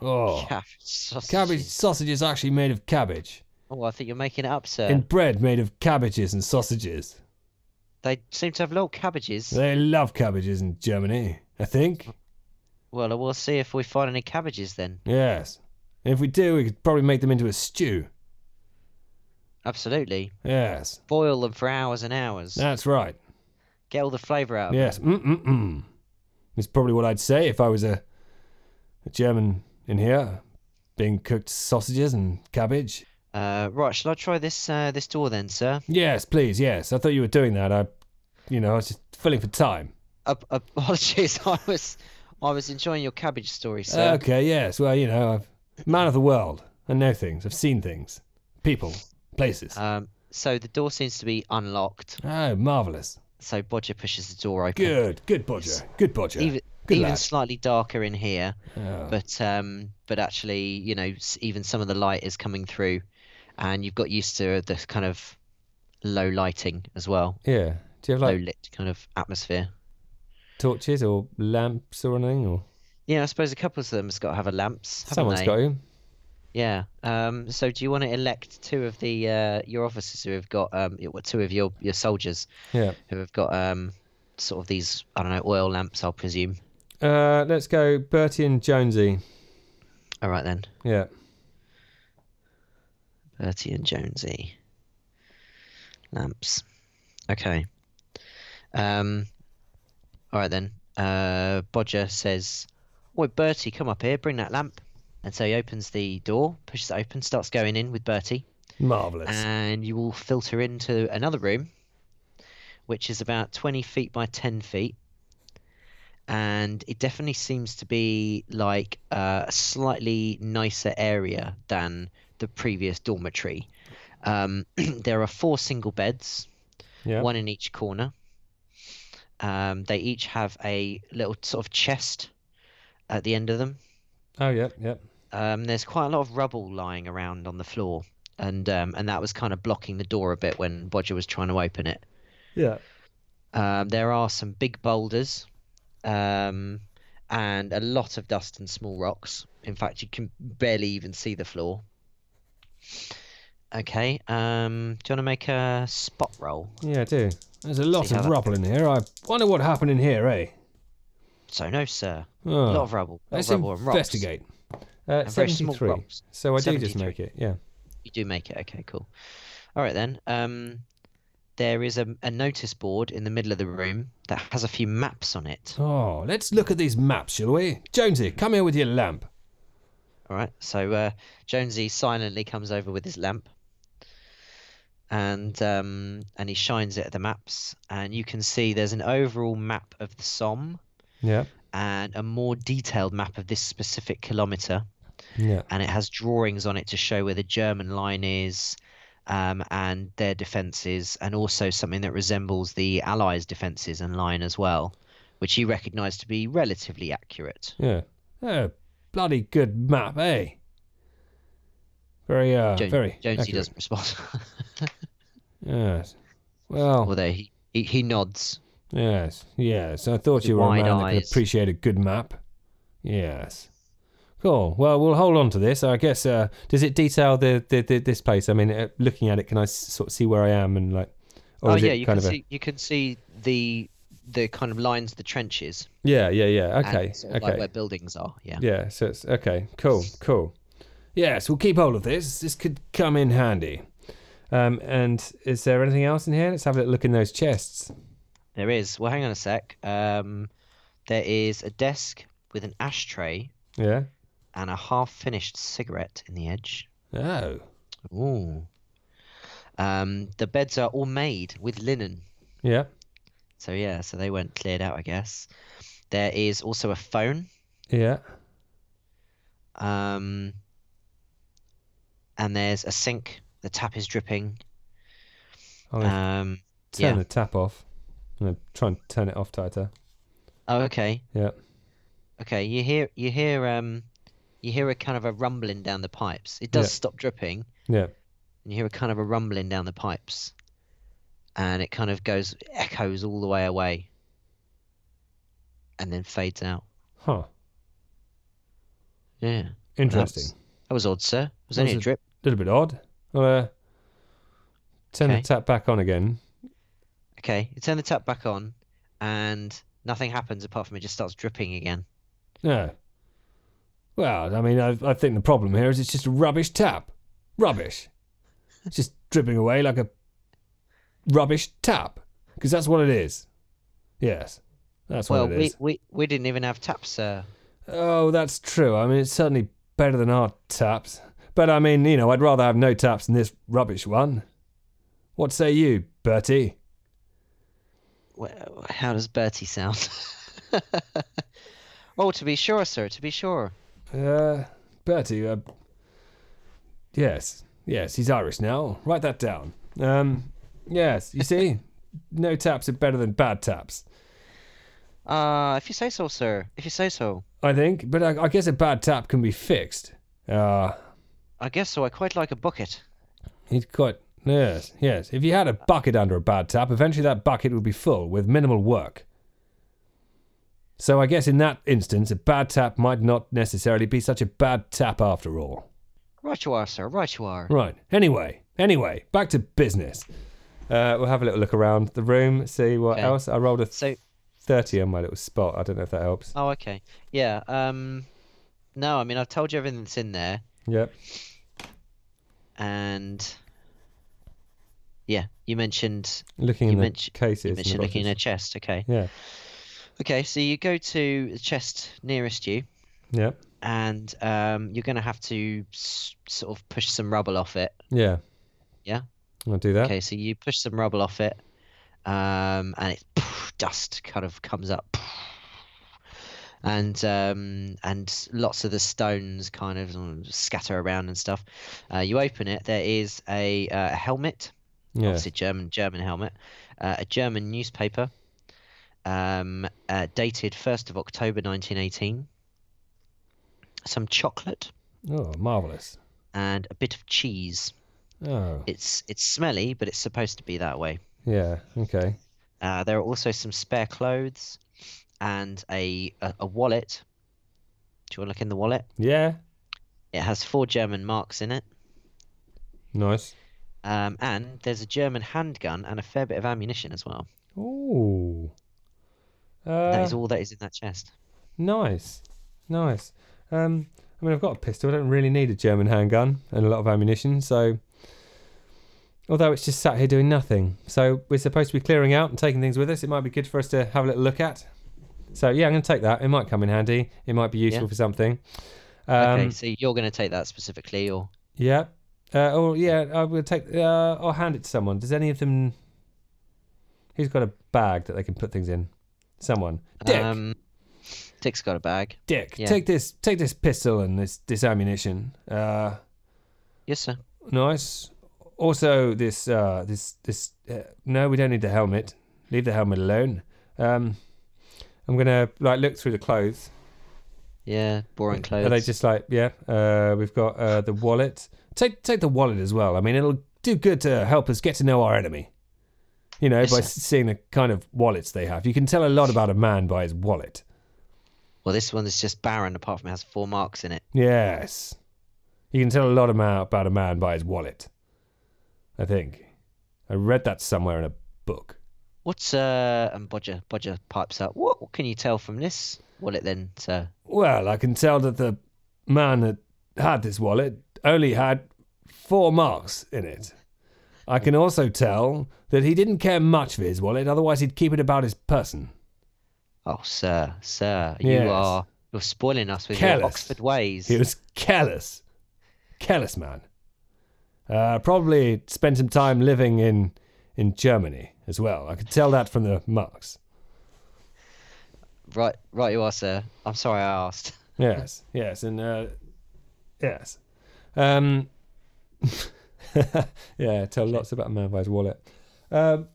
Speaker 1: Oh,
Speaker 2: Cabbage sausages.
Speaker 1: cabbage sausages are actually made of cabbage,
Speaker 2: Oh, I think you're making it up, sir.
Speaker 1: and bread made of cabbages and sausages.
Speaker 2: They seem to have little cabbages.
Speaker 1: They love cabbages in Germany, I think.
Speaker 2: Well, we'll see if we find any cabbages then.
Speaker 1: Yes, if we do, we could probably make them into a stew.
Speaker 2: Absolutely.
Speaker 1: Yes,
Speaker 2: Boil them for hours and hours.
Speaker 1: that's right.
Speaker 2: Get all the flavour out. of them.
Speaker 1: Yes, mm mm mm. It's probably what I'd say if I was a, a German in here, being cooked sausages and cabbage.
Speaker 2: Uh, right, shall I try this uh, this door then, sir?
Speaker 1: Yes, please. Yes, I thought you were doing that. I, you know, I was just filling for time.
Speaker 2: Ap- apologies, I was I was enjoying your cabbage story, sir.
Speaker 1: Uh, Okay, yes. Well, you know, I've man of the world. I know things. I've seen things, people, places.
Speaker 2: Um, so the door seems to be unlocked.
Speaker 1: oh, marvelous!
Speaker 2: So Bodger pushes the door open.
Speaker 1: Good, good bodger, good bodger.
Speaker 2: Even,
Speaker 1: Good
Speaker 2: even
Speaker 1: lad.
Speaker 2: slightly darker in here,
Speaker 1: Oh,
Speaker 2: but um, but actually, you know, s- even some of the light is coming through, and you've got used to this kind of low lighting as well,
Speaker 1: yeah. Do you have
Speaker 2: low
Speaker 1: like
Speaker 2: lit kind of atmosphere.
Speaker 1: torches or lamps or anything? Or
Speaker 2: Yeah, I suppose a couple of them has got to have a lamps. haven't
Speaker 1: someone's
Speaker 2: they?
Speaker 1: got them.
Speaker 2: Yeah. Um, so do you want to elect two of the uh, your officers who have got um, y- well, two of your, your soldiers
Speaker 1: Yeah.
Speaker 2: who have got um, sort of these I don't know oil lamps, I'll presume.
Speaker 1: Uh, let's go, Bertie and Jonesy.
Speaker 2: All right then,
Speaker 1: Yeah.
Speaker 2: Bertie and Jonesy. Lamps. Okay. Um, all right then. Uh, Bodger says, "Oi, Bertie, come up here. Bring that lamp." And so he opens the door, pushes it open, starts going in with Bertie.
Speaker 1: Marvelous.
Speaker 2: and you will filter into another room, which is about 20 feet by 10 feet. And it definitely seems to be like uh, a slightly nicer area than the previous dormitory. Um, there are four single beds,
Speaker 1: yeah.
Speaker 2: one in each corner. Um, they each have a little sort of chest at the end of them.
Speaker 1: Oh, yeah, yeah.
Speaker 2: Um, there's quite a lot of rubble lying around on the floor, and um, and that was kind of blocking the door a bit when Bodger was trying to open it.
Speaker 1: Yeah.
Speaker 2: Um, there are some big boulders, um, and a lot of dust and small rocks. In fact, you can barely even see the floor. Okay, um, do you want to make a spot roll?
Speaker 1: Yeah, I do. There's a lot
Speaker 2: See how
Speaker 1: of
Speaker 2: that-
Speaker 1: rubble in here. I wonder what happened in here, eh?
Speaker 2: So no, sir.
Speaker 1: Oh.
Speaker 2: A lot of rubble. A lot
Speaker 1: Let's
Speaker 2: of rubble and rocks.
Speaker 1: investigate. Uh,
Speaker 2: And very small
Speaker 1: 73.
Speaker 2: rocks.
Speaker 1: So I do just
Speaker 2: 73.
Speaker 1: make it, yeah.
Speaker 2: You do make it. Okay, cool. All right then. Um, there is a, a notice board in the middle of the room that has a few maps on it.
Speaker 1: Oh, let's look at these maps, shall we? Jonesy, come here with your lamp.
Speaker 2: All right. So uh, Jonesy silently comes over with his lamp, and um, and he shines it at the maps, and you can see there's an overall map of the Somme,
Speaker 1: Yeah.
Speaker 2: and a more detailed map of this specific kilometer
Speaker 1: Yeah.
Speaker 2: and it has drawings on it to show where the German line is um, and their defences, and also something that resembles the Allies' defences and line as well, which he recognised to be relatively accurate.
Speaker 1: Yeah. Oh, bloody good map, eh? Very, uh,
Speaker 2: Jones,
Speaker 1: very.
Speaker 2: Jonesy
Speaker 1: accurate.
Speaker 2: doesn't respond,
Speaker 1: Yes. Well,
Speaker 2: although he, he, he nods.
Speaker 1: yes, yes. I thought you were a
Speaker 2: Wide
Speaker 1: man that could
Speaker 2: eyes.
Speaker 1: appreciate a good map. Yes. Cool. Well, we'll hold on to this. I guess. Uh, does it detail the, the, the this place? I mean, uh, looking at it, can I s- sort of see where I am and like? Or
Speaker 2: oh
Speaker 1: is
Speaker 2: yeah,
Speaker 1: it
Speaker 2: you
Speaker 1: kind
Speaker 2: can
Speaker 1: of a-
Speaker 2: see you can see the the kind of lines, of the trenches,
Speaker 1: yeah, yeah, yeah. Okay,
Speaker 2: and sort of like
Speaker 1: okay.
Speaker 2: where buildings are. Yeah.
Speaker 1: Yeah. So it's okay. Cool. Cool. Yes, we'll keep hold of this. This could come in handy. Um, and is there anything else in here? Let's have a little look in those chests.
Speaker 2: There is. Well, hang on a sec. Um, there is a desk with an ashtray
Speaker 1: Yeah.
Speaker 2: and a half-finished cigarette in the edge.
Speaker 1: Oh.
Speaker 2: Ooh. Um, the beds are all made with linen.
Speaker 1: Yeah.
Speaker 2: So yeah, so they weren't cleared out, I guess. There is also a phone,
Speaker 1: Yeah.
Speaker 2: um, and there's a sink. The tap is dripping.
Speaker 1: I'll
Speaker 2: Um,
Speaker 1: turn
Speaker 2: yeah.
Speaker 1: the tap off. I'm gonna try and turn it off tighter.
Speaker 2: oh, okay,
Speaker 1: Yeah.
Speaker 2: okay. You hear, you hear, um, you hear a kind of a rumbling down the pipes. It does
Speaker 1: Yeah.
Speaker 2: stop dripping,
Speaker 1: Yeah.
Speaker 2: and you hear a kind of a rumbling down the pipes, and it kind of goes echoes all the way away, and then fades out.
Speaker 1: Huh.
Speaker 2: Yeah.
Speaker 1: Interesting.
Speaker 2: That's- That was odd, sir. It was
Speaker 1: That
Speaker 2: only a
Speaker 1: was
Speaker 2: drip.
Speaker 1: A little bit odd. I'll uh, turn
Speaker 2: Okay.
Speaker 1: the tap back on again.
Speaker 2: Okay, you turn the tap back on, and nothing happens apart from it just starts dripping again.
Speaker 1: No. Well, I mean, I, I think the problem here is it's just a rubbish tap. Rubbish. It's just dripping away like a rubbish tap. Because that's what it is. Yes. That's
Speaker 2: well,
Speaker 1: what it
Speaker 2: we,
Speaker 1: is.
Speaker 2: we we didn't even have taps, sir.
Speaker 1: Oh, that's true. I mean, it's certainly better than our taps. But I mean, you know, I'd rather have no taps than this rubbish one. What say you, Bertie?
Speaker 2: Well, how does Bertie sound? oh, to be sure, sir. To be sure.
Speaker 1: Uh, Bertie, uh, yes, yes, he's Irish now. Write that down. Um, yes, you see, no taps are better than bad taps,
Speaker 2: Ah, if you say so, sir. If you say so.
Speaker 1: I think. But I, I guess a bad tap can be fixed. Uh,
Speaker 2: I guess so. I quite like a bucket.
Speaker 1: he's quite, yes, yes. If you had a bucket under a bad tap, eventually that bucket would be full with minimal work. So I guess in that instance, a bad tap might not necessarily be such a bad tap after all.
Speaker 2: Right you are, sir. Right you are.
Speaker 1: Right. Anyway, anyway, back to business. Uh, we'll have a little look around the room, see what
Speaker 2: Okay.
Speaker 1: else. I rolled a
Speaker 2: So,
Speaker 1: 30 on my little spot. I don't know if that helps.
Speaker 2: oh, okay. Yeah. Um, no, I mean I've told you everything that's in there.
Speaker 1: Yep.
Speaker 2: and yeah, you mentioned
Speaker 1: Looking
Speaker 2: You
Speaker 1: in the
Speaker 2: mentioned-
Speaker 1: cases.
Speaker 2: you
Speaker 1: and the
Speaker 2: mentioned looking in a
Speaker 1: boxes.
Speaker 2: chest. Okay,
Speaker 1: Yeah.
Speaker 2: okay. So you go to the chest nearest you,
Speaker 1: Yep.
Speaker 2: and um, you're going to have to s- sort of push some rubble off it.
Speaker 1: Yeah.
Speaker 2: Yeah.
Speaker 1: I'll do that.
Speaker 2: Okay, so you push some rubble off it, um, and it dust kind of comes up, and um, and lots of the stones kind of mm, scatter around and stuff. Uh, you open it. There is a, uh, a helmet.
Speaker 1: Yeah.
Speaker 2: obviously German German helmet, uh, a German newspaper, um, uh, dated first of October 1918, some chocolate
Speaker 1: Oh, marvelous.
Speaker 2: and a bit of cheese.
Speaker 1: Oh,
Speaker 2: It's it's smelly, but it's supposed to be that way.
Speaker 1: yeah. Okay.
Speaker 2: Uh, there are also some spare clothes and a, a a wallet. Do you want to look in the wallet?
Speaker 1: Yeah.
Speaker 2: It has four German marks in it.
Speaker 1: Nice.
Speaker 2: Um, and there's a German handgun and a fair bit of ammunition as well.
Speaker 1: Ooh.
Speaker 2: that
Speaker 1: Uh,
Speaker 2: is all that is in that chest.
Speaker 1: nice. Nice. Um, I mean, I've got a pistol. I don't really need a German handgun and a lot of ammunition, so. Although it's just sat here doing nothing. So we're supposed to be clearing out and taking things with us. It might be good for us to have a little look at. So yeah, I'm going to take that. It might come in handy. It might be useful
Speaker 2: Yeah.
Speaker 1: for something.
Speaker 2: Okay,
Speaker 1: Um,
Speaker 2: so you're going to take that specifically, or
Speaker 1: Yeah. Uh, oh yeah, I will take. Uh, I'll hand it to someone. Does any of them? Who's got a bag that they can put things in? Someone. Dick.
Speaker 2: Um, Dick's got a bag.
Speaker 1: Dick,
Speaker 2: Yeah.
Speaker 1: take this, take this pistol and this this ammunition. Uh,
Speaker 2: Yes, sir.
Speaker 1: nice. Also, this uh, this this. Uh, no, we don't need the helmet. Leave the helmet alone. Um, I'm gonna like look through the clothes.
Speaker 2: Yeah, boring clothes.
Speaker 1: Are they just like, yeah, uh, we've got uh, the wallet. Take take the wallet as well. I mean, it'll do good to help us get to know our enemy. You know,
Speaker 2: Yes,
Speaker 1: by
Speaker 2: sir.
Speaker 1: s seeing the kind of wallets they have, you can tell a lot about a man by his wallet.
Speaker 2: Well, this one is just barren, apart from it has four marks in it.
Speaker 1: Yes, you can tell a lot ama- about a man by his wallet. I think I read that somewhere in a book.
Speaker 2: What's uh? And Bodger Bodger pipes up. What can you tell from this wallet then, sir?
Speaker 1: Well, I can tell that the man that had this wallet only had four marks in it. I can also tell that he didn't care much for his wallet, otherwise, he'd keep it about his person.
Speaker 2: Oh, sir, sir,
Speaker 1: Yes.
Speaker 2: you are you're spoiling us with
Speaker 1: Careless.
Speaker 2: your Oxford ways.
Speaker 1: He was careless. Careless man. Uh, probably spent some time living in, in Germany as well. I could tell that from the marks.
Speaker 2: Right, right, you are, sir. I'm sorry I asked.
Speaker 1: Yes, yes, and uh, yes, um, yeah. Tell lots about a man by his wallet, um,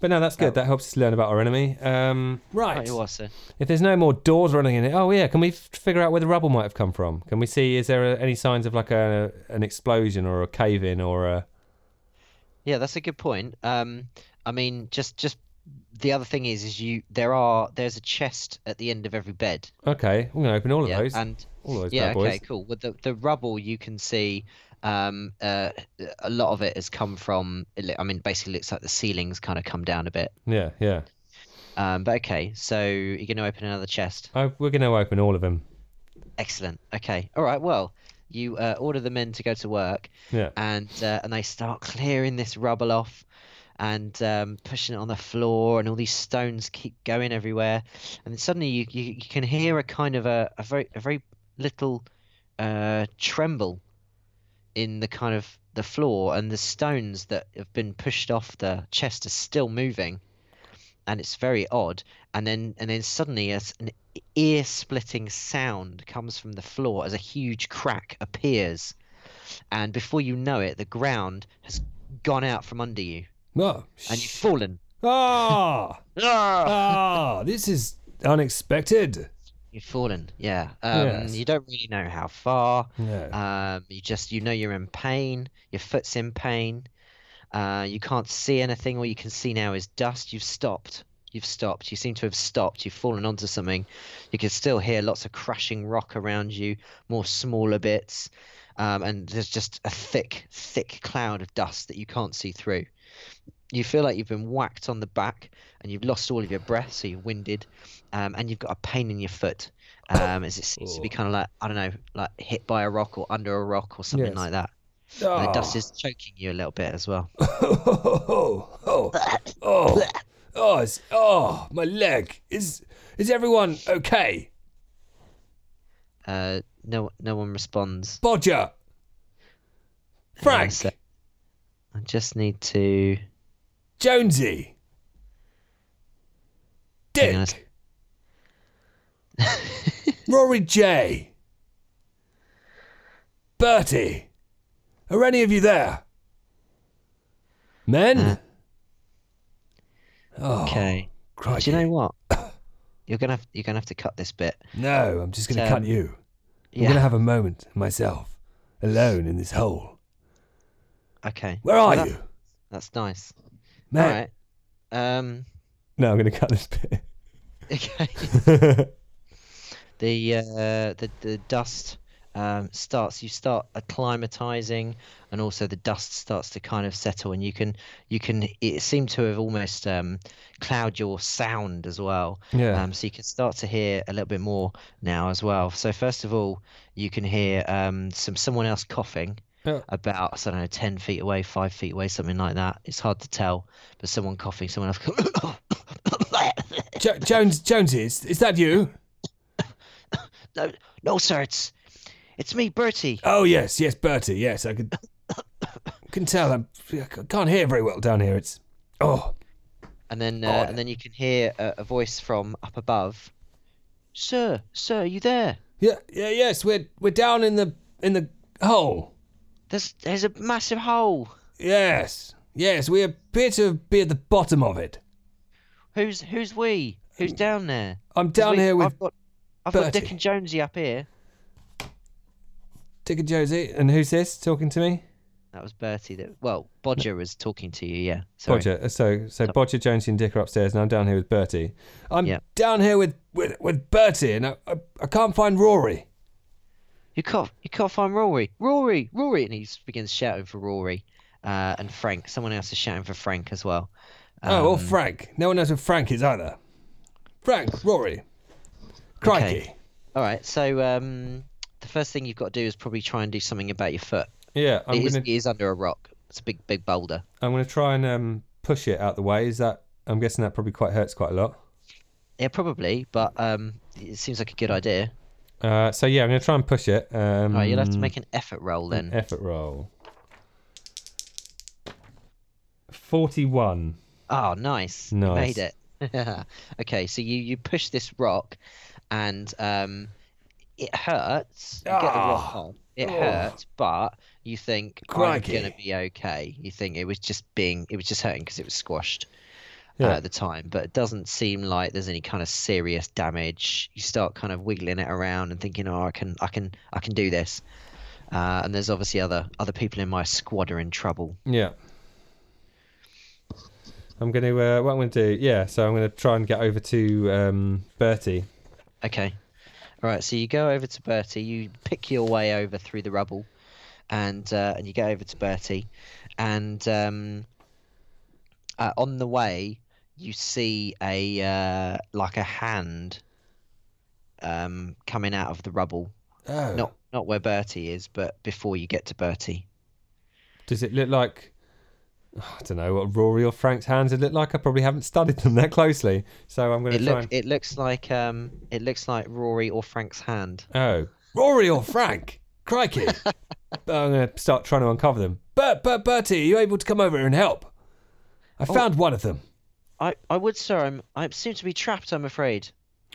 Speaker 1: but no, that's good. That helps us learn about our enemy. Um,
Speaker 2: Right,
Speaker 1: right.
Speaker 2: you are, sir.
Speaker 1: If there's no more doors running in it, oh yeah, can we f- figure out where the rubble might have come from? Can we see is there uh any signs of like a an explosion or a cave in or a
Speaker 2: Yeah, that's a good point. Um, I mean, just just the other thing is, is you there are there's a chest at the end of every bed.
Speaker 1: okay? I'm gonna open all of
Speaker 2: yeah,
Speaker 1: those.
Speaker 2: and
Speaker 1: all of those
Speaker 2: yeah,
Speaker 1: bad boys.
Speaker 2: okay, cool. Well, the the rubble you can see. Um, uh, a lot of it has come from. it li- I mean, basically, looks like the ceilings kind of come down a bit.
Speaker 1: Yeah, yeah.
Speaker 2: Um, but okay, so you're going to open another chest.
Speaker 1: Oh, we're gonna open all of them.
Speaker 2: Excellent. Okay. All right. Well, you uh, order the men to go to work,
Speaker 1: Yeah.
Speaker 2: and uh, and they start clearing this rubble off, and um, pushing it on the floor, and all these stones keep going everywhere, and then suddenly you, you, you can hear a kind of a, a very a very little uh, tremble in the kind of the floor, and the stones that have been pushed off the chest are still moving, and it's very odd. And then and then suddenly a s an ear splitting sound comes from the floor as a huge crack appears. And before you know it, the ground has gone out from under you
Speaker 1: Oh,
Speaker 2: and you've
Speaker 1: sh-
Speaker 2: fallen.
Speaker 1: ah,
Speaker 2: Ah!
Speaker 1: ah! This is unexpected.
Speaker 2: You've fallen, yeah. Um,
Speaker 1: Yes.
Speaker 2: You don't really know how far.
Speaker 1: Yeah.
Speaker 2: Um, you just, you know, you're in pain. Your foot's in pain. Uh, you can't see anything. All you can see now is dust. You've stopped. You've stopped. You seem to have stopped. You've fallen onto something. You can still hear lots of crashing rock around you, more smaller bits. Um, and there's just a thick, thick cloud of dust that you can't see through. You feel like you've been whacked on the back and you've lost all of your breath, so you're winded. Um, and you've got a pain in your foot um, as it seems to be
Speaker 1: Oh.
Speaker 2: kind of like, I don't know, like hit by a rock or under a rock or something
Speaker 1: Yes.
Speaker 2: like that.
Speaker 1: Ah.
Speaker 2: And the dust is choking you a little bit as well.
Speaker 1: oh, oh, oh, oh, it's, oh, my leg. Is is everyone okay?
Speaker 2: Uh, no, no one responds.
Speaker 1: Bodger. Frank.
Speaker 2: Yes, sir. I just need to.
Speaker 1: Jonesy.
Speaker 2: Hang on a
Speaker 1: Dick. Rory J. Bertie. Are any of you there? Men?
Speaker 2: Uh,
Speaker 1: oh,
Speaker 2: Okay.
Speaker 1: crikey.
Speaker 2: Do you know what? You're gonna have, you're gonna have to cut this bit.
Speaker 1: No, I'm just going to
Speaker 2: Um,
Speaker 1: cut you. I'm
Speaker 2: Yeah.
Speaker 1: going to have a moment myself, alone in this hole.
Speaker 2: Okay.
Speaker 1: Where are
Speaker 2: Well, that-
Speaker 1: you?
Speaker 2: That's nice.
Speaker 1: Man.
Speaker 2: All right. Um.
Speaker 1: No, I'm going to cut this bit.
Speaker 2: Okay. Um, the uh, the the dust um, starts. You start acclimatizing, and also the dust starts to kind of settle, and you can you can it seemed to have almost um, cloud your sound as well.
Speaker 1: yeah.
Speaker 2: Um, so you can start to hear a little bit more now as well. So first of all, you can hear um, some someone else coughing
Speaker 1: Yeah.
Speaker 2: about I don't know ten feet away, five feet away, something like that. It's hard to tell, but someone coughing, someone else.
Speaker 1: jo- Jones, Jonesy, is, is that you?
Speaker 2: no, no, sir, it's it's me, Bertie.
Speaker 1: Oh yes, yes, Bertie. Yes, I could can tell. I'm, I can't hear very well down here. It's oh
Speaker 2: And then
Speaker 1: Oh,
Speaker 2: uh, and then you can hear a, a voice from up above, Sir, sir, are you there?
Speaker 1: Yeah, yeah, yes. We're we're down in the in the hole.
Speaker 2: There's there's a massive hole.
Speaker 1: Yes, yes. We appear to be at the bottom of it.
Speaker 2: Who's who's we? Who's down there?
Speaker 1: I'm
Speaker 2: 'Cause
Speaker 1: down
Speaker 2: we-
Speaker 1: here with
Speaker 2: I've got I've got
Speaker 1: Bertie.
Speaker 2: Dick and Jonesy up here.
Speaker 1: Ticket Josie, and who's this talking to me?
Speaker 2: That was Bertie. That well, Bodger was talking to you. Yeah, sorry.
Speaker 1: Bodger. uh, So so Bodger, Jonesy, and Dick are upstairs, and I'm down here with Bertie. I'm
Speaker 2: Yeah.
Speaker 1: down here with with, with Bertie, and I, I I can't find Rory.
Speaker 2: You can't you can't find Rory. Rory, Rory, and he s- begins shouting for Rory. Uh, and Frank, someone else is shouting for Frank as well.
Speaker 1: oh, or Frank. No one knows where Frank is either. Frank, Rory. Crikey.
Speaker 2: All right, so um, the first thing you've got to do is probably try and do something about your foot.
Speaker 1: Yeah, I'm
Speaker 2: It is,
Speaker 1: gonna
Speaker 2: it is under a rock. It's a big, big boulder.
Speaker 1: I'm gonna try and um, push it out the way. Is that? I'm guessing that probably quite hurts quite a lot.
Speaker 2: Yeah, probably, but um, it seems like a good idea.
Speaker 1: Uh, so yeah, I'm gonna try and push it. Um,
Speaker 2: All right, you'll have to make an effort roll then.
Speaker 1: effort roll. Forty-one.
Speaker 2: Oh, nice. You
Speaker 1: Nice.
Speaker 2: made it. okay, so you, you push this rock and um, it hurts. You get the rock on. It hurts, but you think I'm
Speaker 1: Ah. Oh. Crikey.
Speaker 2: going to be okay. You think it was just being, it was just hurting because it was squashed uh,
Speaker 1: Yeah.
Speaker 2: at the time. But it doesn't seem like there's any kind of serious damage. You start kind of wiggling it around and thinking, oh, I can, I can, I can do this. Uh, and there's obviously other other people in my squad are in trouble.
Speaker 1: Yeah. I'm gonna. Uh, what I'm gonna do? Yeah. So I'm gonna try and get over to um, Bertie.
Speaker 2: Okay. All right. So you go over to Bertie. You pick your way over through the rubble, and uh, and you go over to Bertie, and um, uh, on the way you see a uh, like a hand um, coming out of the rubble.
Speaker 1: Oh.
Speaker 2: Not not where Bertie is, but before you get to Bertie.
Speaker 1: Does it look like? I don't know what Rory or Frank's hands would look like. I probably haven't studied them that closely, so I'm gonna
Speaker 2: It
Speaker 1: try.
Speaker 2: look, it looks like um it looks like Rory or Frank's hand.
Speaker 1: and... Oh, Rory or Frank? Crikey! I'm gonna start trying to uncover them. Bert, Bert, Bertie, are you able to come over here and help? I
Speaker 2: Oh.
Speaker 1: found one of them.
Speaker 2: I, I would, sir. I'm I seem to be trapped. I'm afraid.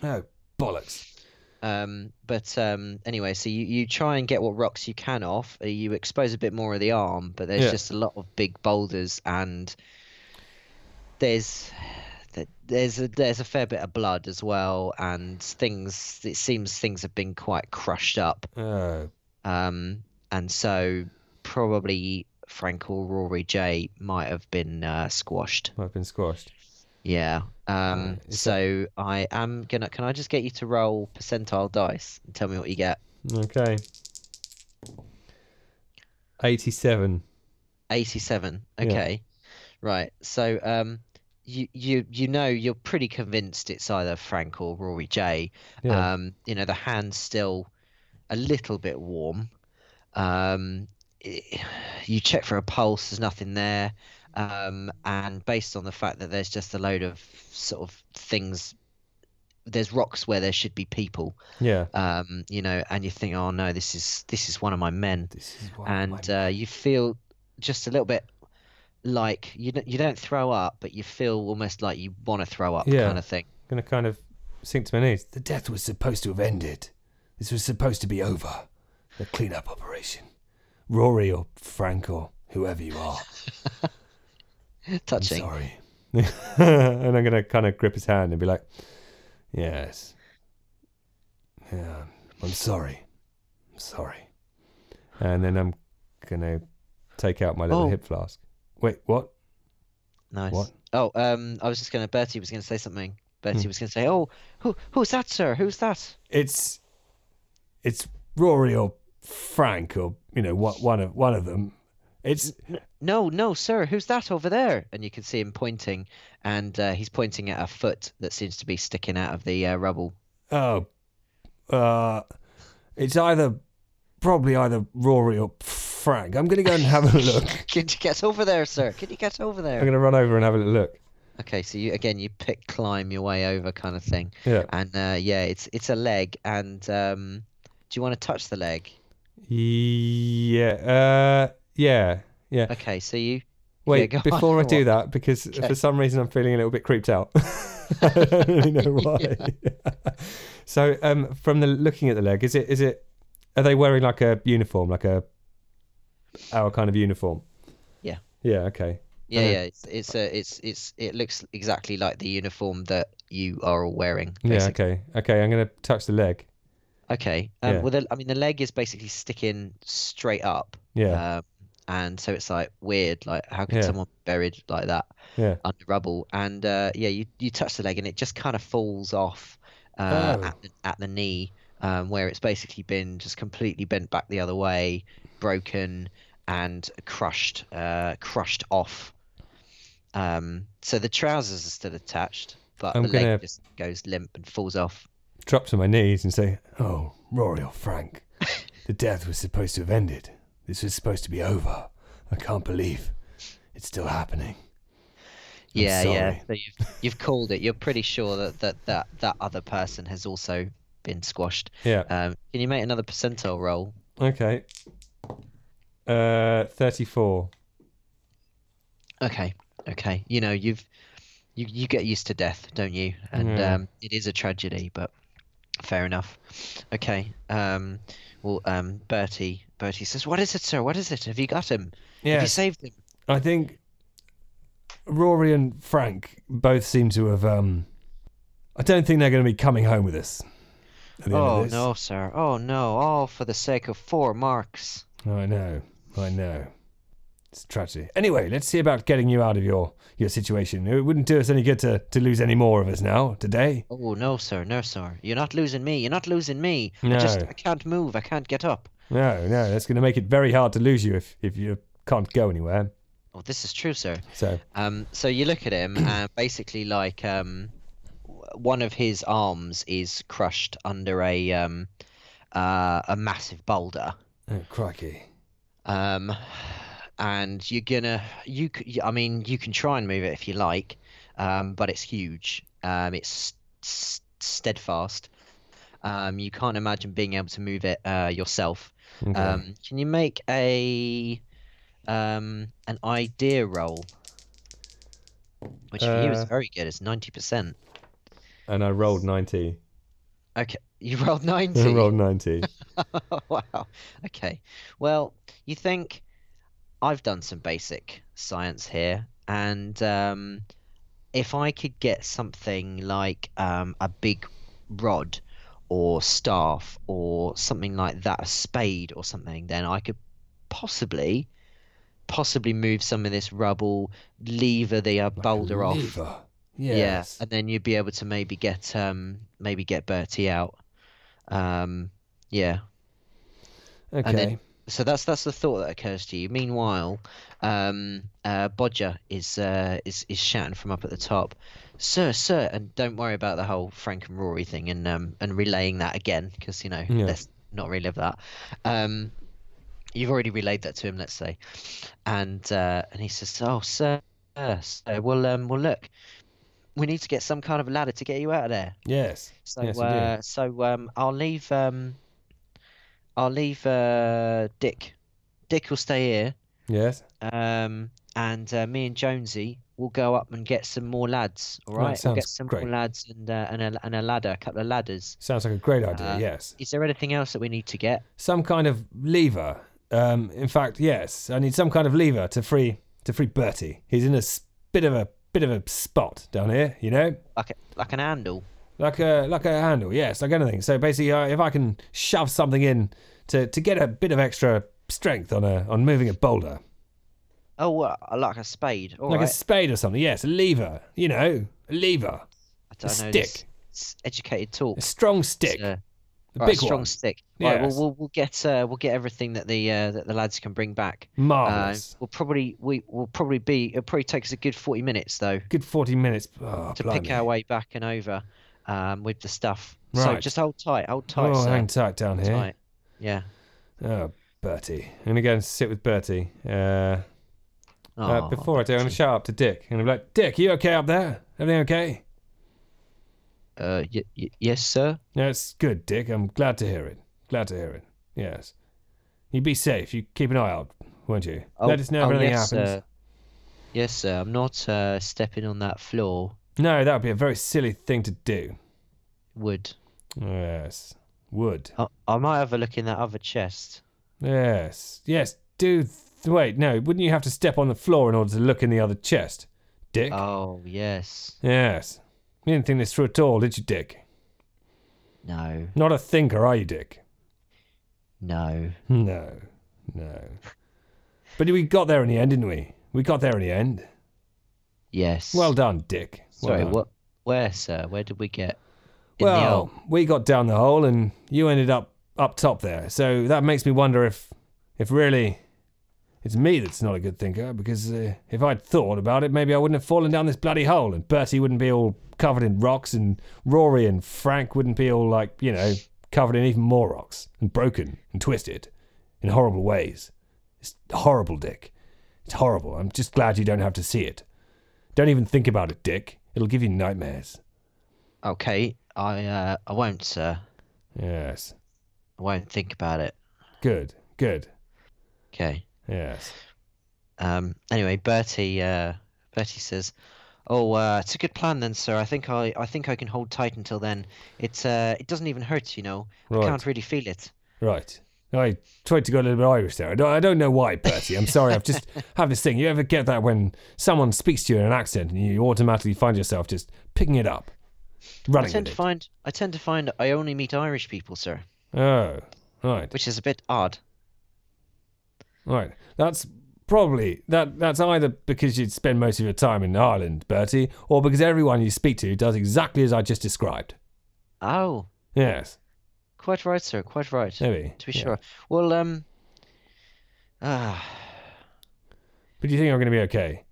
Speaker 1: Oh, bollocks!
Speaker 2: Um, but um, anyway, so you, you try and get what rocks you can off. uh, You expose a bit more of the arm, but there's
Speaker 1: Yeah.
Speaker 2: just a lot of big boulders and there's th- there's a there's a fair bit of blood as well, and things. It seems things have been quite crushed up.
Speaker 1: Oh,
Speaker 2: Um, and so probably Frank or Rory J might have been uh, squashed.
Speaker 1: I've been squashed.
Speaker 2: Yeah. Um,
Speaker 1: is
Speaker 2: so I am gonna. Can I just get you to roll percentile dice and tell me what you get?
Speaker 1: Okay. Eighty-seven.
Speaker 2: 87
Speaker 1: Yeah.
Speaker 2: okay right so um you you you know you're pretty convinced it's either frank or rory j
Speaker 1: Yeah.
Speaker 2: um you know the hand's still a little bit warm um i- you check for a pulse there's nothing there um and based on the fact that there's just a load of sort of things there's rocks where there should be people
Speaker 1: yeah.
Speaker 2: um you know and you think oh no this is this is one of my men
Speaker 1: This is what
Speaker 2: and uh, you feel just a little bit like you don't, you don't throw up, but you feel almost like you want to throw up,
Speaker 1: Yeah.
Speaker 2: kind of thing.
Speaker 1: gonna kind of sink to my knees. The death was supposed to have ended. This was supposed to be over. The cleanup operation. Rory or Frank or whoever you are. I'm
Speaker 2: Touching.
Speaker 1: sorry. and I'm gonna kind of grip his hand and be like, "Yes, yeah, I'm sorry, I'm sorry." And then I'm gonna take out my little
Speaker 2: Oh.
Speaker 1: hip flask. Wait, what?
Speaker 2: Nice.
Speaker 1: What? Hmm.
Speaker 2: Oh, um, I was just gonna. Bertie was gonna say something. Bertie was gonna say, "Oh, who who's that, sir? Who's that?"
Speaker 1: It's it's Rory or Frank or you know one one of one of them. It's
Speaker 2: No, no, sir. Who's that over there? And you can see him pointing, and uh, he's pointing at a foot that seems to be sticking out of the uh, rubble.
Speaker 1: Oh, uh, it's either probably either Rory or Frank. I'm gonna go and have a look.
Speaker 2: Can you get over there, sir? Can you get over
Speaker 1: I'm
Speaker 2: there?
Speaker 1: gonna run over and have a little look.
Speaker 2: Okay, so you again, you pick climb your way over, kind of thing.
Speaker 1: Yeah.
Speaker 2: and uh, yeah, it's it's a leg. And um, do you want to touch the leg?
Speaker 1: Yeah. Uh. Yeah. Yeah.
Speaker 2: Okay, so you
Speaker 1: Wait.
Speaker 2: go on.
Speaker 1: before I do
Speaker 2: What?
Speaker 1: that, because for some reason I'm feeling a little bit creeped out. I don't really know why. so, um, from the looking at the leg, is it is it? Are they wearing like a uniform, like a our kind of uniform?
Speaker 2: Yeah.
Speaker 1: Yeah. Okay.
Speaker 2: Yeah,
Speaker 1: Okay.
Speaker 2: yeah. It's it's a, it's it's it looks exactly like the uniform that you are all wearing.
Speaker 1: Yeah.
Speaker 2: Basically.
Speaker 1: Okay. Okay. I'm gonna touch the leg.
Speaker 2: Yeah. Okay. Um,
Speaker 1: Yeah.
Speaker 2: Well, the, I mean, the leg is basically sticking straight up.
Speaker 1: Yeah.
Speaker 2: Um, and so it's like weird. Like, how can
Speaker 1: Yeah.
Speaker 2: someone be buried like that
Speaker 1: Yeah.
Speaker 2: under rubble? And uh, yeah, you you touch the leg and it just kind of falls off uh,
Speaker 1: Oh.
Speaker 2: at, the, at the knee, um, where it's basically been just completely bent back the other way, broken and crushed, uh, crushed off. Um, so the trousers are still attached, but
Speaker 1: I'm
Speaker 2: the
Speaker 1: gonna-
Speaker 2: leg just goes limp and falls off.
Speaker 1: Drop to my knees and say, "Oh, Rory or Frank, the death was supposed to have ended. This was supposed to be over. I can't believe it's still happening." I'm
Speaker 2: Yeah, yeah.
Speaker 1: sorry.
Speaker 2: So you've, you've called it. You're pretty sure that, that that that other person has also been squashed.
Speaker 1: Yeah.
Speaker 2: Um, can you make another percentile roll?
Speaker 1: Okay. Uh, thirty-four.
Speaker 2: Okay, okay. You know you've you you get used to death, don't you? And
Speaker 1: Yeah.
Speaker 2: um, it is a tragedy, but fair enough. Okay. Um, well, um, Bertie Bertie says, "What is it, sir? What is it? Have you got him? Have
Speaker 1: Yeah.
Speaker 2: you saved him?"
Speaker 1: I think Rory and Frank both seem to have. Um, I don't think they're going to be coming home with us. At the end
Speaker 2: Oh
Speaker 1: of this.
Speaker 2: no, sir. Oh no. All for the sake of four marks.
Speaker 1: I know. I know. It's a tragedy. Anyway, let's see about getting you out of your, your situation. It wouldn't do us any good to, to lose any more of us now, today.
Speaker 2: Oh no, sir, no, sir. You're not losing me. You're not losing me. I just
Speaker 1: No.
Speaker 2: I can't move. I can't get up.
Speaker 1: No, no, that's going to make it very hard to lose you if, if you can't go anywhere.
Speaker 2: Oh, this is true, sir.
Speaker 1: So,
Speaker 2: Um, so you look at him, and basically, like, um, w- one of his arms is crushed under a um, uh, a massive boulder.
Speaker 1: oh, crikey.
Speaker 2: Um, and you're gonna you. c- y- I mean, you can try and move it if you like, um, but it's huge. Um, it's s- steadfast. Um, you can't imagine being able to move it uh, yourself.
Speaker 1: Okay.
Speaker 2: Um, can you make a um, an idea roll? Which for you is
Speaker 1: Uh,
Speaker 2: very good. It's ninety percent.
Speaker 1: and I rolled 90.
Speaker 2: Okay, you rolled ninety.
Speaker 1: I rolled 90.
Speaker 2: wow. Okay. Well, you think I've done some basic science here, and um, if I could get something like um, a big rod or staff or something like that, a spade or something, then I could possibly, possibly move some of this rubble, lever the uh, boulder off.
Speaker 1: Lever.
Speaker 2: Yeah, and then you'd be able to maybe get um maybe get Bertie out. Um, yeah.
Speaker 1: Okay.
Speaker 2: and then- So that's that's the thought that occurs to you. Meanwhile, um, uh, Bodger is uh, is is shouting from up at the top, "Sir, sir!" And don't worry about the whole Frank and Rory thing and um and relaying that again because you know
Speaker 1: Yeah.
Speaker 2: let's not relive that. Um, you've already relayed that to him, let's say, and uh, and he says, "Oh, sir, sir, well, um, well, look, we need to get some kind of ladder to get you out of there."
Speaker 1: yes.
Speaker 2: So
Speaker 1: Yes, we do.
Speaker 2: uh, so um, I'll leave um, I'll leave uh, Dick. Dick will stay here,
Speaker 1: Yes.
Speaker 2: um, and uh, me and Jonesy will go up and get some more lads. All
Speaker 1: Right,
Speaker 2: right, we'll
Speaker 1: sounds
Speaker 2: get some
Speaker 1: great.
Speaker 2: more lads and uh, and, a, and a ladder, a couple of ladders.
Speaker 1: Sounds like a great idea.
Speaker 2: Uh,
Speaker 1: yes.
Speaker 2: Is there anything else that we need to get?
Speaker 1: some kind of lever. Um, in fact, yes, I need some kind of lever to free to free Bertie. He's in a s- bit of a bit of a spot down here, you know,
Speaker 2: Like a, like an handle?
Speaker 1: like a like a handle. Yes, like anything. So basically, uh, if I can shove something in to to get a bit of extra strength on a on moving a boulder,
Speaker 2: Oh, what, like a spade. All right.
Speaker 1: like a spade or something. Yes, a lever. You know, a lever,
Speaker 2: I don't
Speaker 1: a
Speaker 2: know.
Speaker 1: stick.
Speaker 2: This, it's educated talk.
Speaker 1: a strong stick,
Speaker 2: sir.
Speaker 1: a
Speaker 2: Right,
Speaker 1: big
Speaker 2: strong
Speaker 1: one.
Speaker 2: stick. Right, well,
Speaker 1: Yes.
Speaker 2: we'll we'll get uh, we'll get everything that the uh, that the lads can bring back. Uh,
Speaker 1: Marvelous.
Speaker 2: we'll probably we will probably be it probably takes a good forty minutes though
Speaker 1: Good forty minutes oh,
Speaker 2: to
Speaker 1: blimey.
Speaker 2: pick our way back and over um, with the stuff. So
Speaker 1: Right.
Speaker 2: just hold tight, hold tight,
Speaker 1: Oh,
Speaker 2: sir.
Speaker 1: hang tight down here.
Speaker 2: Tight. Yeah.
Speaker 1: Oh, Bertie. I'm going to go and sit with Bertie. Uh, uh,
Speaker 2: Aw,
Speaker 1: before I do, I'm going to
Speaker 2: Bertie.
Speaker 1: shout up to Dick. And I'm like, Dick, you okay up there? Everything okay?
Speaker 2: Uh, y- y- yes, sir.
Speaker 1: That's good, Dick. I'm glad to hear it. Glad to hear it. Yes. You be safe. You keep an eye out, won't you? Let us know if
Speaker 2: oh,
Speaker 1: anything
Speaker 2: yes,
Speaker 1: happens.
Speaker 2: Sir. Yes, sir. I'm not uh, stepping on that floor.
Speaker 1: No, that would be a very silly thing to do.
Speaker 2: Wood.
Speaker 1: Yes. Would.
Speaker 2: I, I might have a look in that other chest.
Speaker 1: Yes. Yes. Do. Th- wait, no. Wouldn't you have to step on the floor in order to look in the other chest? Dick?
Speaker 2: Oh yes.
Speaker 1: Yes. You didn't think this through at all, did you, Dick?
Speaker 2: No.
Speaker 1: Not a thinker, are you, Dick?
Speaker 2: No.
Speaker 1: No. No. But we got there in the end, didn't we? We got there in the end.
Speaker 2: Yes.
Speaker 1: Well done, Dick. Well
Speaker 2: Sorry.
Speaker 1: done.
Speaker 2: What? Where, sir? Where did we get? In the
Speaker 1: Well,
Speaker 2: hole.
Speaker 1: we got down the hole, and you ended up up top there. So that makes me wonder if, if really, it's me that's not a good thinker. Because uh, if I'd thought about it, maybe I wouldn't have fallen down this bloody hole, and Bertie wouldn't be all covered in rocks, and Rory and Frank wouldn't be all like you know covered in even more rocks and broken and twisted in horrible ways. It's horrible, Dick. It's horrible. I'm just glad you don't have to see it. Don't even think about it, Dick. It'll give you nightmares.
Speaker 2: Okay. Oh, I uh, I won't, sir.
Speaker 1: Yes.
Speaker 2: I won't think about it.
Speaker 1: Good. Good.
Speaker 2: Okay.
Speaker 1: Yes.
Speaker 2: Um. Anyway, Bertie. Uh. Bertie says, "Oh, uh, it's a good plan then, sir. I think I I think I can hold tight until then. It's uh. It doesn't even hurt, you know. I
Speaker 1: Right.
Speaker 2: can't really feel it.
Speaker 1: Right. I tried to go a little bit Irish there. I don't, I don't know why, Bertie. I'm sorry. I've just have this thing. You ever get that when someone speaks to you in an accent and you automatically find yourself just picking it up,
Speaker 2: I
Speaker 1: running
Speaker 2: tend
Speaker 1: with
Speaker 2: to
Speaker 1: it?
Speaker 2: find I tend to find I only meet Irish people, sir,
Speaker 1: oh, right,
Speaker 2: which is a bit odd.
Speaker 1: right. That's probably that. That's either because you spend most of your time in Ireland, Bertie, or because everyone you speak to does exactly as I just described.
Speaker 2: Oh,
Speaker 1: Yes,
Speaker 2: quite right, sir. Quite right.
Speaker 1: maybe.
Speaker 2: To be
Speaker 1: Yeah.
Speaker 2: sure. Well, um, ah,
Speaker 1: But do you think I'm going to be okay?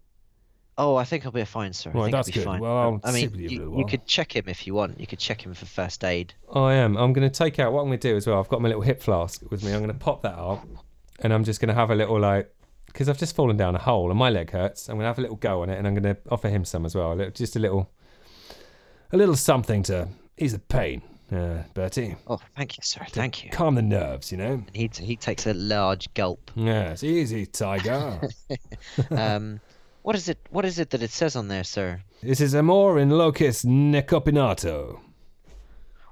Speaker 2: oh, I think I'll be fine, sir. I
Speaker 1: Right,
Speaker 2: think
Speaker 1: that's
Speaker 2: I'll be
Speaker 1: good.
Speaker 2: fine.
Speaker 1: Well, I'll
Speaker 2: I mean,
Speaker 1: sit with you
Speaker 2: you,
Speaker 1: a little
Speaker 2: you
Speaker 1: while.
Speaker 2: could check him if you want. You could check him for first aid.
Speaker 1: I am. I'm going to take out what I'm going to do as well. I've got my little hip flask with me. I'm going to pop that out and I'm just going to have a little like, because I've just fallen down a hole and my leg hurts. I'm going to have a little go on it and I'm going to offer him some as well. A little, just a little, a little something to ease the pain, uh, Bertie.
Speaker 2: Oh, thank you, sir. Thank you.
Speaker 1: Calm the nerves, you know?
Speaker 2: And he he takes a large gulp.
Speaker 1: Yes, easy, tiger.
Speaker 2: Um, what is it? What is it that it says on there, sir?
Speaker 1: this is Amor in Locus Necopinato.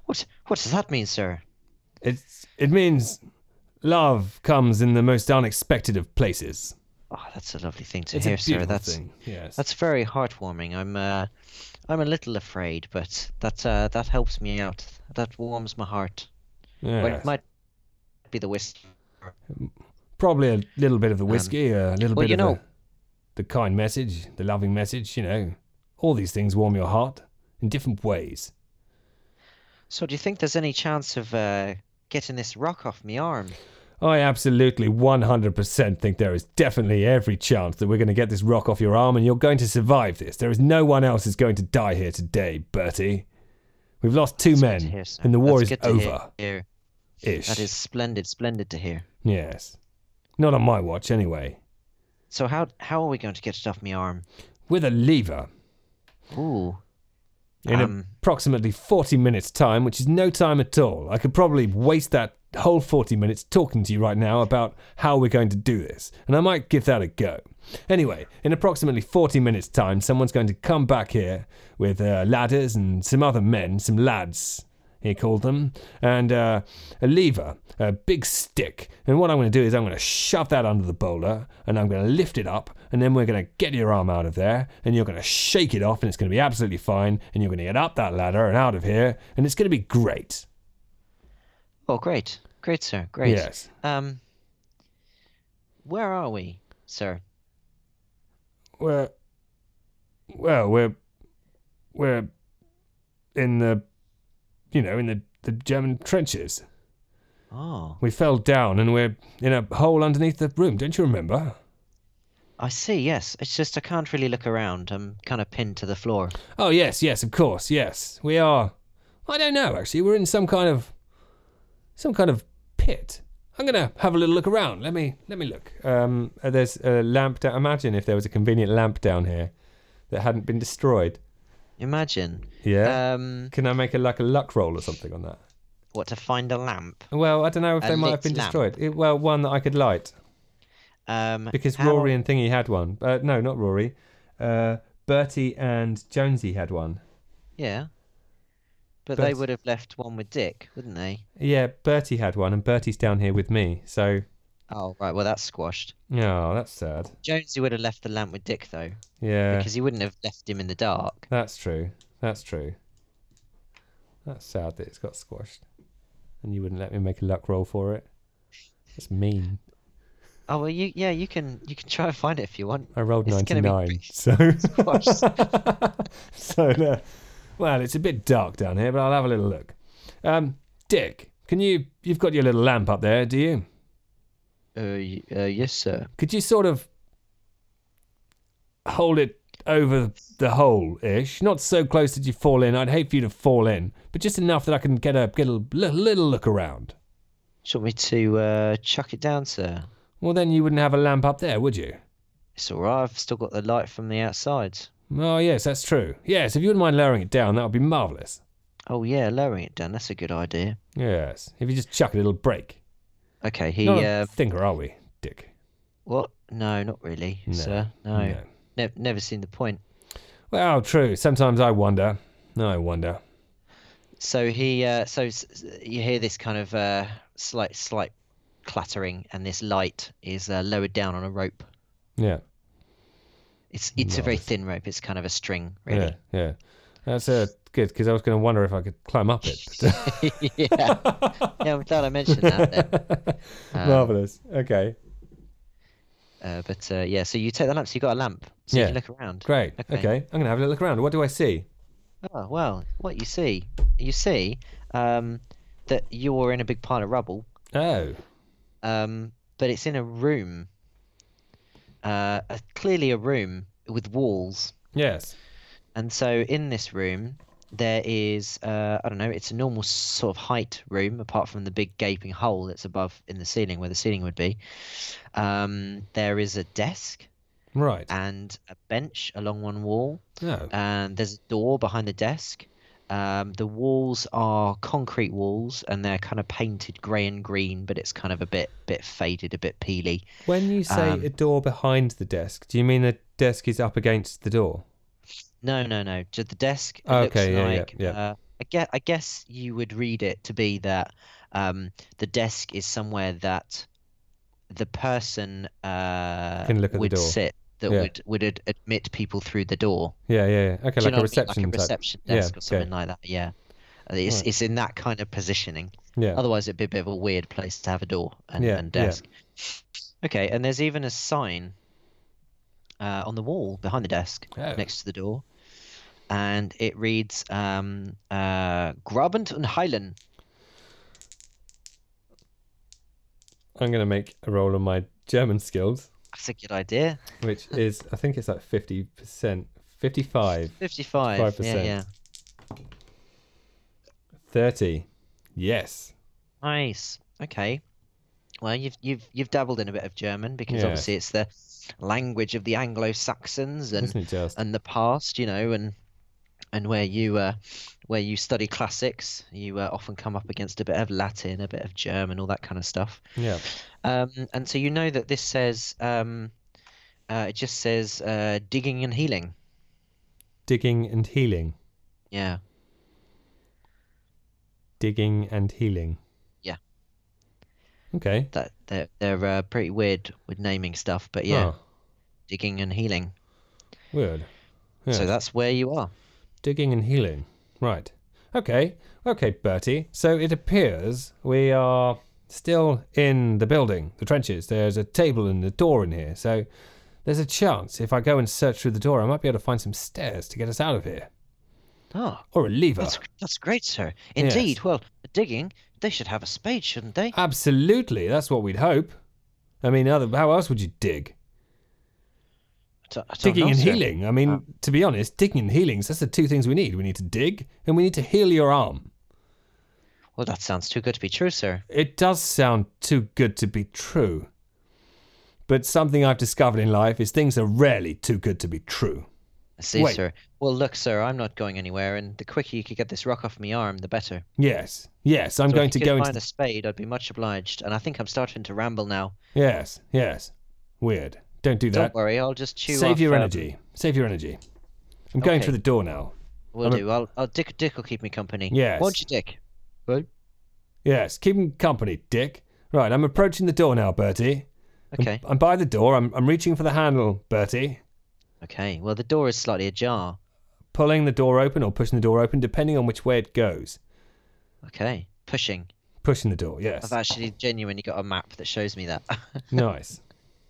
Speaker 2: What What does that mean, sir?
Speaker 1: It's, it means love comes in the most unexpected of places.
Speaker 2: Oh, that's a lovely thing to
Speaker 1: It's
Speaker 2: hear,
Speaker 1: a
Speaker 2: sir.
Speaker 1: beautiful
Speaker 2: That's
Speaker 1: thing. Yes.
Speaker 2: that's very heartwarming. I'm uh, I'm a little afraid, but that uh, that helps me out. That warms my heart. Well,
Speaker 1: yes.
Speaker 2: it might be the whist.
Speaker 1: probably a little bit of the whiskey, a little
Speaker 2: Um, well,
Speaker 1: bit
Speaker 2: you
Speaker 1: of
Speaker 2: know-
Speaker 1: the, the kind message, the loving message, you know. All these things warm your heart in different ways.
Speaker 2: So, do you think there's any chance of uh, getting this rock off me arm?
Speaker 1: I absolutely 100% think there is definitely every chance that we're going to get this rock off your arm and you're going to survive this. There is no one else who's going to die here today, Bertie. We've lost two
Speaker 2: That's good to
Speaker 1: men
Speaker 2: hear, sir.
Speaker 1: and the war
Speaker 2: That's
Speaker 1: is
Speaker 2: good to hear-
Speaker 1: over
Speaker 2: hear.
Speaker 1: ish.
Speaker 2: That is splendid, splendid to hear.
Speaker 1: Yes. Not on my watch, anyway.
Speaker 2: So, how how are we going to get it off me arm?
Speaker 1: With a lever.
Speaker 2: Ooh,
Speaker 1: in
Speaker 2: Um,
Speaker 1: approximately 40 minutes time which is no time at all i could probably waste that whole 40 minutes talking to you right now about how we're going to do this and i might give that a go anyway in approximately 40 minutes time someone's going to come back here with uh, ladders and some other men some lads he called them and uh, a lever a big stick and what i'm going to do is i'm going to shove that under the boulder and i'm going to lift it up and then we're going to get your arm out of there and you're going to shake it off and it's going to be absolutely fine and you're going to get up that ladder and out of here and it's going to be great
Speaker 2: oh, great, great, sir, great.
Speaker 1: yes
Speaker 2: Um, where are we, sir?
Speaker 1: we're well we're we're in the you know in the, the german trenches
Speaker 2: Oh,
Speaker 1: we fell down and we're in a hole underneath the room don't you remember
Speaker 2: I see. Yes, it's just I can't really look around. I'm kind of pinned to the floor.
Speaker 1: Oh yes, yes, of course, yes. We are. I don't know actually. We're in some kind of some kind of pit. I'm gonna have a little look around. Let me let me look. Um, uh, there's a lamp. Down, imagine if there was a convenient lamp down here that hadn't been destroyed.
Speaker 2: Imagine.
Speaker 1: Yeah.
Speaker 2: Um,
Speaker 1: Can I make a like a luck roll or something on that?
Speaker 2: what to find a lamp?
Speaker 1: Well, I don't know if
Speaker 2: A
Speaker 1: they might have
Speaker 2: lit
Speaker 1: been
Speaker 2: lamp.
Speaker 1: destroyed. It, well, one that I could light
Speaker 2: Um,
Speaker 1: because
Speaker 2: how-
Speaker 1: Rory and Thingy had one. Uh, no, not Rory. Uh, Bertie and Jonesy had one.
Speaker 2: Yeah. But they
Speaker 1: But-
Speaker 2: would have left one with Dick, wouldn't they?
Speaker 1: Yeah, Bertie had one, and Bertie's down here with me. So,
Speaker 2: Oh, right. Well, that's squashed.
Speaker 1: oh, that's sad.
Speaker 2: Jonesy would have left the lamp with Dick, though,
Speaker 1: Yeah,
Speaker 2: because he wouldn't have left him in the dark.
Speaker 1: that's true. That's true. That's sad that it's got squashed, and you wouldn't let me make a luck roll for it. That's mean.
Speaker 2: Oh, well, you yeah, you can you can try and find it if you want. Uh,
Speaker 1: I rolled
Speaker 2: It's
Speaker 1: ninety
Speaker 2: gonna be
Speaker 1: nine,
Speaker 2: pretty
Speaker 1: so
Speaker 2: Squashed.
Speaker 1: so no. Well, it's a bit dark down here, but I'll have a little look. Um, Dick, can you? You've got your little lamp up there, do you?
Speaker 2: uh, y- uh, yes, sir.
Speaker 1: Could you sort of hold it over the hole ish? Not so close that you fall in. I'd hate for you to fall in, but just enough that I can get a get a little, little look around.
Speaker 2: Do you want me to uh, chuck it down, sir?
Speaker 1: Well, then you wouldn't have a lamp up there, would you?
Speaker 2: It's all right. I've still got the light from the outside.
Speaker 1: Oh yes, that's true. Yes, if you wouldn't mind lowering it down, that would be marvelous.
Speaker 2: Oh yeah, lowering it down. That's a good idea.
Speaker 1: Yes, if you just chuck it, it'll break.
Speaker 2: Okay, he.
Speaker 1: Not
Speaker 2: Uh,
Speaker 1: a thinker, are we, Dick?
Speaker 2: what? No, not really,
Speaker 1: No,
Speaker 2: sir. No. Ne- never seen the point.
Speaker 1: Well, true. Sometimes I wonder. I wonder.
Speaker 2: So he, uh, so s- s- you hear this kind of uh, slight, slight clattering, and this light is uh, lowered down on a rope.
Speaker 1: Yeah.
Speaker 2: It's it's a very
Speaker 1: Nice.
Speaker 2: thin rope. It's kind of a string, really.
Speaker 1: Yeah. Yeah. That's uh, good because I was going to wonder if I could climb up it.
Speaker 2: Yeah, yeah. I'm glad I mentioned that. Then. Um,
Speaker 1: Marvelous. Okay.
Speaker 2: uh, but uh, yeah, so you take the lamp. So you got a lamp. So
Speaker 1: Yeah.
Speaker 2: you can look around.
Speaker 1: Great. Okay.
Speaker 2: Okay.
Speaker 1: I'm gonna have a little look around. What do I see?
Speaker 2: Oh well, what you see, you see, um, that you're in a big pile of rubble.
Speaker 1: Oh.
Speaker 2: um, but it's in a room. Uh, a, clearly a room with walls,
Speaker 1: Yes.
Speaker 2: and so in this room there is uh, I don't know. It's a normal sort of height room, apart from the big gaping hole that's above in the ceiling where the ceiling would be. Um, there is a desk
Speaker 1: Right.
Speaker 2: and a bench along one wall,
Speaker 1: Oh.
Speaker 2: and there's a door behind the desk. Um, the walls are concrete walls, and they're kind of painted grey and green, but it's kind of a bit bit faded, a bit peely.
Speaker 1: When you say
Speaker 2: um,
Speaker 1: a door behind the desk, do you mean the desk is up against the door?
Speaker 2: No, no, no. Just the desk. It
Speaker 1: Oh,
Speaker 2: looks
Speaker 1: okay, yeah, yeah,
Speaker 2: like,
Speaker 1: yeah.
Speaker 2: Uh, I guess I guess you would read it to be that um, the desk is somewhere that the person uh,
Speaker 1: Can look at the
Speaker 2: would
Speaker 1: door.
Speaker 2: sit that
Speaker 1: Yeah.
Speaker 2: would would ad- admit people through the door.
Speaker 1: Yeah. Yeah. yeah. Okay.
Speaker 2: Do you
Speaker 1: Like
Speaker 2: know
Speaker 1: a
Speaker 2: what I mean?
Speaker 1: reception.
Speaker 2: like a
Speaker 1: type.
Speaker 2: reception
Speaker 1: Yeah,
Speaker 2: desk
Speaker 1: okay.
Speaker 2: or something like that. Yeah. Uh, It's
Speaker 1: Right.
Speaker 2: it's in that kind of positioning.
Speaker 1: Yeah.
Speaker 2: Otherwise, it'd be a bit of a weird place to have a door and,
Speaker 1: Yeah,
Speaker 2: and
Speaker 1: yeah.
Speaker 2: desk. Okay, and there's even a sign uh, on the wall behind the desk
Speaker 1: Oh.
Speaker 2: next to the door, and it reads um, uh, "Grabant und Heilen."
Speaker 1: I'm gonna make a roll on my German skills,
Speaker 2: That's a good idea.
Speaker 1: which is I think it's like fifty percent, fifty-five,
Speaker 2: Fifty-five. Yeah,
Speaker 1: 5%.
Speaker 2: yeah.
Speaker 1: thirty. Yes.
Speaker 2: Nice. Okay. Well, you've you've you've dabbled in a bit of German because
Speaker 1: Yeah.
Speaker 2: obviously it's the language of the Anglo-Saxons and
Speaker 1: Isn't it just?
Speaker 2: and the past, you know, and and where you uh, where you study classics, you uh, often come up against a bit of Latin, a bit of German, all that kind of stuff.
Speaker 1: Yeah.
Speaker 2: Um, and so you know that this says um, uh, it just says uh, digging and healing.
Speaker 1: Digging and healing.
Speaker 2: Yeah,
Speaker 1: Digging and healing.
Speaker 2: Yeah.
Speaker 1: Okay.
Speaker 2: that they're they're uh, pretty weird with naming stuff, but yeah,
Speaker 1: Oh,
Speaker 2: digging and healing.
Speaker 1: weird.
Speaker 2: So
Speaker 1: Yes.
Speaker 2: that's where you are.
Speaker 1: Digging and healing. Right. Okay. Okay, Bertie. So it appears we are still in the building, the trenches. There's a table and a door in here. So there's a chance if I go and search through the door, I might be able to find some stairs to get us out of here.
Speaker 2: Oh,
Speaker 1: Or a lever.
Speaker 2: that's that's great, sir.
Speaker 1: Yes.
Speaker 2: Indeed. Well, digging, they should have a spade, shouldn't they?
Speaker 1: Absolutely. That's what we'd hope. I mean, other, how else would you dig?
Speaker 2: I don't- I don't
Speaker 1: Digging
Speaker 2: know,
Speaker 1: and
Speaker 2: sir.
Speaker 1: healing. I mean,
Speaker 2: Uh,
Speaker 1: to be honest, digging and healings, that's the two things we need. We need to dig and we need to heal your arm.
Speaker 2: Well, that sounds too good to be true, sir.
Speaker 1: It does sound too good to be true. But something I've discovered in life is things are rarely too good to be true.
Speaker 2: I see,
Speaker 1: Wait.
Speaker 2: sir. Well, look, sir, I'm not going anywhere, and the quicker you could get this rock off my arm, the better.
Speaker 1: Yes, yes, I'm
Speaker 2: So if
Speaker 1: going to
Speaker 2: you could
Speaker 1: go into.
Speaker 2: find a spade, I'd be much obliged. And I think I'm starting to ramble now.
Speaker 1: the- Yes, yes. Weird. Don't do
Speaker 2: Don't
Speaker 1: that.
Speaker 2: worry, I'll just chew
Speaker 1: Save
Speaker 2: off,
Speaker 1: your
Speaker 2: um,
Speaker 1: energy. Save your energy. I'm going
Speaker 2: Okay.
Speaker 1: through the door now.
Speaker 2: We'll
Speaker 1: I'm a-
Speaker 2: do. I'll, I'll Dick. Dick will keep me company.
Speaker 1: Yes.
Speaker 2: Won't you, Dick?
Speaker 1: Yes, keep him company, Dick. Right, I'm approaching the door now, Bertie. I'm-
Speaker 2: Okay.
Speaker 1: I'm, by the door. I'm, I'm reaching for the handle, Bertie.
Speaker 2: Okay. Well, the door is slightly ajar.
Speaker 1: Pulling the door open or pushing the door open, depending on which way it goes.
Speaker 2: Okay. Pushing.
Speaker 1: Pushing the door, yes.
Speaker 2: I've actually genuinely got a map that shows me that.
Speaker 1: nice.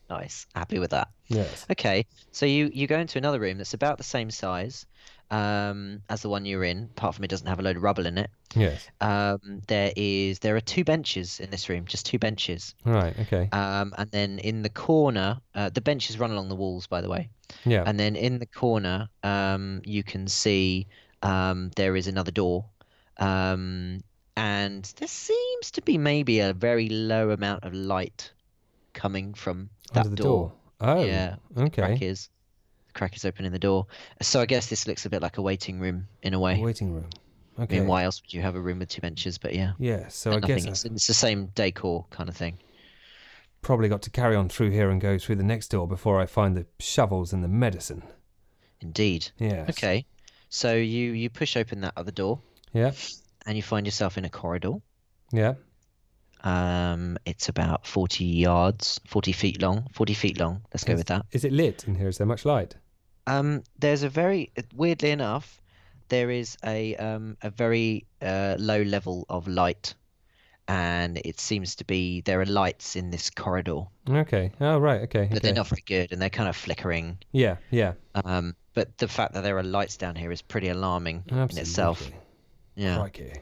Speaker 2: nice. Happy with that.
Speaker 1: Yes.
Speaker 2: Okay, so you you go into another room that's about the same size um, as the one you're in, apart from it doesn't have a load of rubble in it.
Speaker 1: Yes.
Speaker 2: Um, there is there are two benches in this room, just two benches,
Speaker 1: All right. Okay.
Speaker 2: um, and then in the corner, uh, the benches run along the walls, by the way,
Speaker 1: Yeah.
Speaker 2: and then in the corner um, you can see um, there is another door. Um, and there seems to be maybe a very low amount of light coming from that
Speaker 1: Under the door. Oh.
Speaker 2: Yeah,
Speaker 1: Okay.
Speaker 2: crack is. The crack is opening the door. So I guess this looks a bit like a waiting room in a way.
Speaker 1: Waiting room.
Speaker 2: I
Speaker 1: Okay.
Speaker 2: mean, why else would you have a room with two benches? But yeah,
Speaker 1: Yeah. So I
Speaker 2: and nothing.
Speaker 1: guess
Speaker 2: It's,
Speaker 1: I've
Speaker 2: it's the same decor kind of thing.
Speaker 1: probably got to carry on through here and go through the next door before I find the shovels and the medicine.
Speaker 2: Indeed.
Speaker 1: Yes.
Speaker 2: Okay. So you you push open that other door
Speaker 1: Yeah.
Speaker 2: and you find yourself in a corridor.
Speaker 1: Yeah.
Speaker 2: Um, it's about forty yards, forty feet long. Forty feet long. Let's go
Speaker 1: Yes.
Speaker 2: with that.
Speaker 1: Is it lit in here? Is there much light?
Speaker 2: Um, there's a very weirdly enough, there is a um, a very uh, low level of light, and it seems to be there are lights in this corridor,
Speaker 1: Okay. Oh right. Okay.
Speaker 2: but
Speaker 1: okay.
Speaker 2: they're not very good and they're kind of flickering.
Speaker 1: Yeah. Yeah.
Speaker 2: Um, but the fact that there are lights down here is pretty alarming
Speaker 1: Absolutely.
Speaker 2: in itself. Yeah,
Speaker 1: Crikey.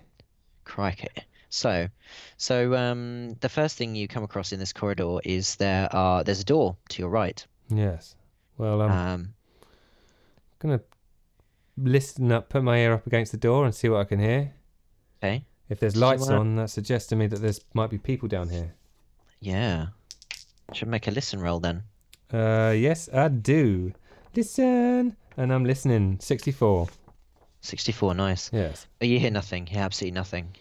Speaker 2: crikey. So, so um, the first thing you come across in this corridor is there are there's a door to your right.
Speaker 1: Yes. Well, I'm
Speaker 2: Um,
Speaker 1: gonna listen up, put my ear up against the door, and see what I can hear.
Speaker 2: okay,
Speaker 1: If there's
Speaker 2: Do you
Speaker 1: lights
Speaker 2: wanna-
Speaker 1: on, that suggests to me that there's might be people down here.
Speaker 2: yeah, should make a listen roll then.
Speaker 1: Uh, yes, I do. Listen, and I'm listening. Sixty-four.
Speaker 2: Sixty-four, nice.
Speaker 1: Yes.
Speaker 2: Oh, you hear nothing. You hear absolutely nothing.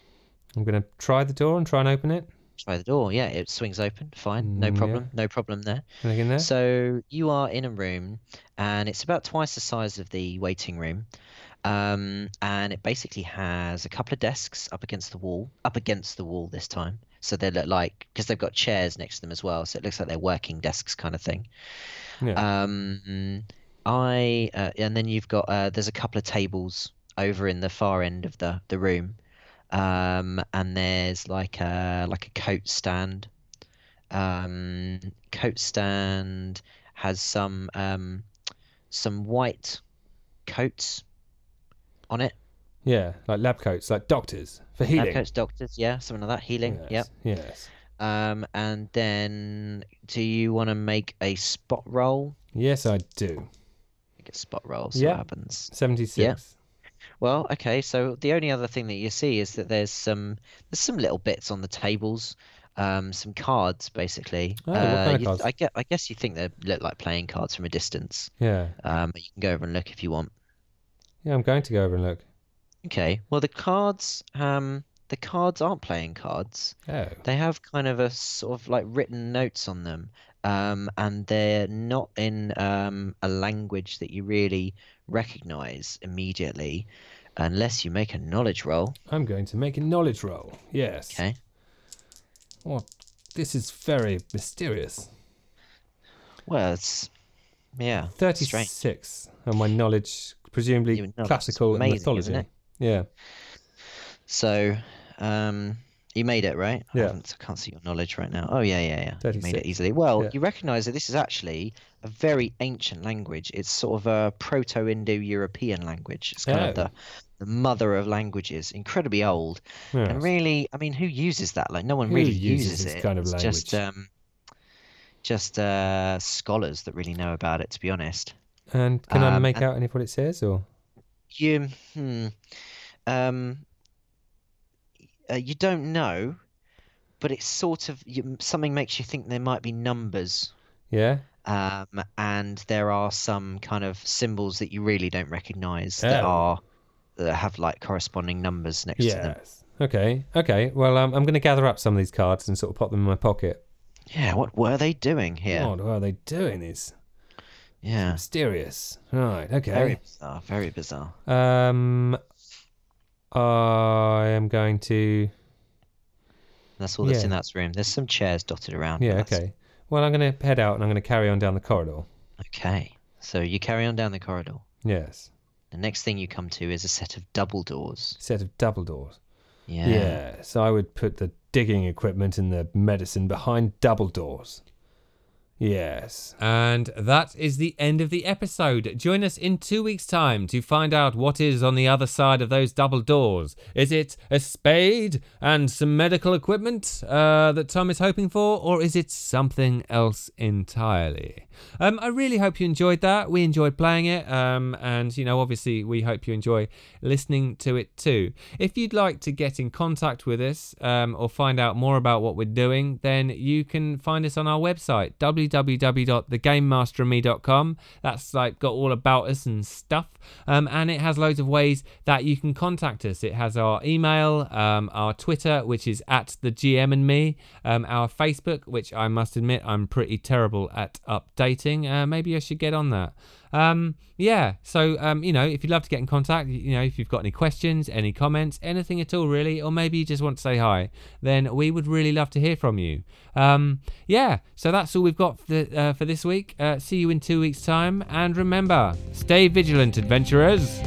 Speaker 1: I'm gonna try the door and try and open it.
Speaker 2: Try the door. Yeah, it swings open. Fine. No
Speaker 1: Mm, yeah.
Speaker 2: problem. No problem there.
Speaker 1: Anything there?
Speaker 2: So you are in a room, and it's about twice the size of the waiting room. Um, and it basically has a couple of desks up against the wall, up against the wall this time. So they look like, because they've got chairs next to them as well. So it looks like they're working desks kind of thing. uh,
Speaker 1: yeah.
Speaker 2: Um, I uh, and then you've got uh, there's a couple of tables over in the far end of the the room, um, and there's like a like a coat stand. Um, coat stand has some um, some white coats on it.
Speaker 1: yeah. Like lab coats, like doctors for
Speaker 2: Lab
Speaker 1: healing.
Speaker 2: coats, doctors, yeah, something like that. Healing,
Speaker 1: Yes.
Speaker 2: yep.
Speaker 1: Yes.
Speaker 2: Um, and then do you want to make a spot roll?
Speaker 1: Yes, I do.
Speaker 2: Make a spot roll. See
Speaker 1: Yeah.
Speaker 2: what happens.
Speaker 1: Seventy-six.
Speaker 2: Well, okay. So the only other thing that you see is that there's some there's some little bits on the tables, um, some cards basically. Uh,
Speaker 1: Oh, what kind of
Speaker 2: you-
Speaker 1: cards?
Speaker 2: I guess I guess you think they look like playing cards from a distance.
Speaker 1: Yeah.
Speaker 2: Um, but you can go over and look if you want.
Speaker 1: Yeah. I'm going to go over and look.
Speaker 2: Okay. Well, the cards um the cards aren't playing cards.
Speaker 1: Oh.
Speaker 2: They have kind of a sort of like written notes on them, um, and they're not in um, a language that you really recognize immediately, unless you make a knowledge roll.
Speaker 1: I'm going to make a knowledge roll. Yes.
Speaker 2: Okay.
Speaker 1: Well, this is very mysterious.
Speaker 2: Well, it's yeah, strange.
Speaker 1: 36 and my knowledge, presumably
Speaker 2: Your knowledge is
Speaker 1: classical and
Speaker 2: amazing,
Speaker 1: mythology.
Speaker 2: isn't it?
Speaker 1: Yeah.
Speaker 2: So, um, you made it right. I
Speaker 1: Yeah.
Speaker 2: haven't- I can't see your knowledge right now. Oh yeah, yeah, yeah. You made
Speaker 1: 36,
Speaker 2: it easily. Well,
Speaker 1: yeah.
Speaker 2: you recognise that this is actually a very ancient language. It's sort of a proto-Indo-European language. It's kind of
Speaker 1: Oh.
Speaker 2: the the mother of languages. Incredibly old.
Speaker 1: Yes.
Speaker 2: And really, I mean, who uses that? Like, no one
Speaker 1: Who
Speaker 2: really
Speaker 1: uses
Speaker 2: uses
Speaker 1: this
Speaker 2: it.
Speaker 1: kind of
Speaker 2: It's just
Speaker 1: language?
Speaker 2: um, just uh, scholars that really know about it. To be honest.
Speaker 1: And can I
Speaker 2: um,
Speaker 1: make
Speaker 2: and-
Speaker 1: out any of what it says? Or
Speaker 2: You, hmm, um, uh, you don't know, but it's sort of you, something makes you think there might be numbers,
Speaker 1: yeah.
Speaker 2: um, and there are some kind of symbols that you really don't recognize that
Speaker 1: Oh.
Speaker 2: are that have like corresponding numbers next to them.
Speaker 1: Yes. Okay. Okay. Well, um, I'm going to gather up some of these cards and sort of pop them in my pocket.
Speaker 3: Oh,
Speaker 2: Yeah, what were they doing here?
Speaker 1: God, why are they doing this?
Speaker 2: Yeah.
Speaker 3: Mysterious. Right. Okay.
Speaker 2: Very bizarre. Very bizarre.
Speaker 3: Um, I am going to.
Speaker 2: That's all that's
Speaker 3: Yeah.
Speaker 2: in that room. There's some chairs dotted around. but
Speaker 3: Yeah.
Speaker 2: that's-
Speaker 3: Okay. Well, I'm going to head out and I'm going to carry on down the corridor.
Speaker 2: Okay. So you carry on down the corridor.
Speaker 3: Yes.
Speaker 2: The next thing you come to is a set of double doors.
Speaker 3: Set of double doors.
Speaker 2: Yeah.
Speaker 3: yeah. So I would put the digging equipment and the medicine behind double doors. Yes.
Speaker 1: And that is the end of the episode. Join us in two weeks' time to find out what is on the other side of those double doors. Is it a spade and some medical equipment uh, that Tom is hoping for, or is it something else entirely? Um, I really hope you enjoyed that. We enjoyed playing it, um, and you know, obviously, we hope you enjoy listening to it too. If you'd like to get in contact with us um, or find out more about what we're doing, then you can find us on our website www.thegamemasterandme.com. That's like got all about us and stuff, um, and it has loads of ways that you can contact us. It has our email, um, our Twitter, which is at the GM and me, um, our Facebook, which I must admit I'm pretty terrible at updating. Uh, maybe I should get on that. Um, yeah, so um, you know, if you'd love to get in contact, you know, if you've got any questions, any comments, anything at all, really, or maybe you just want to say hi, then we would really love to hear from you. Um, yeah, so that's all we've got for, the, uh, for this week. Uh, see you in two weeks' time, and remember, stay vigilant, adventurers.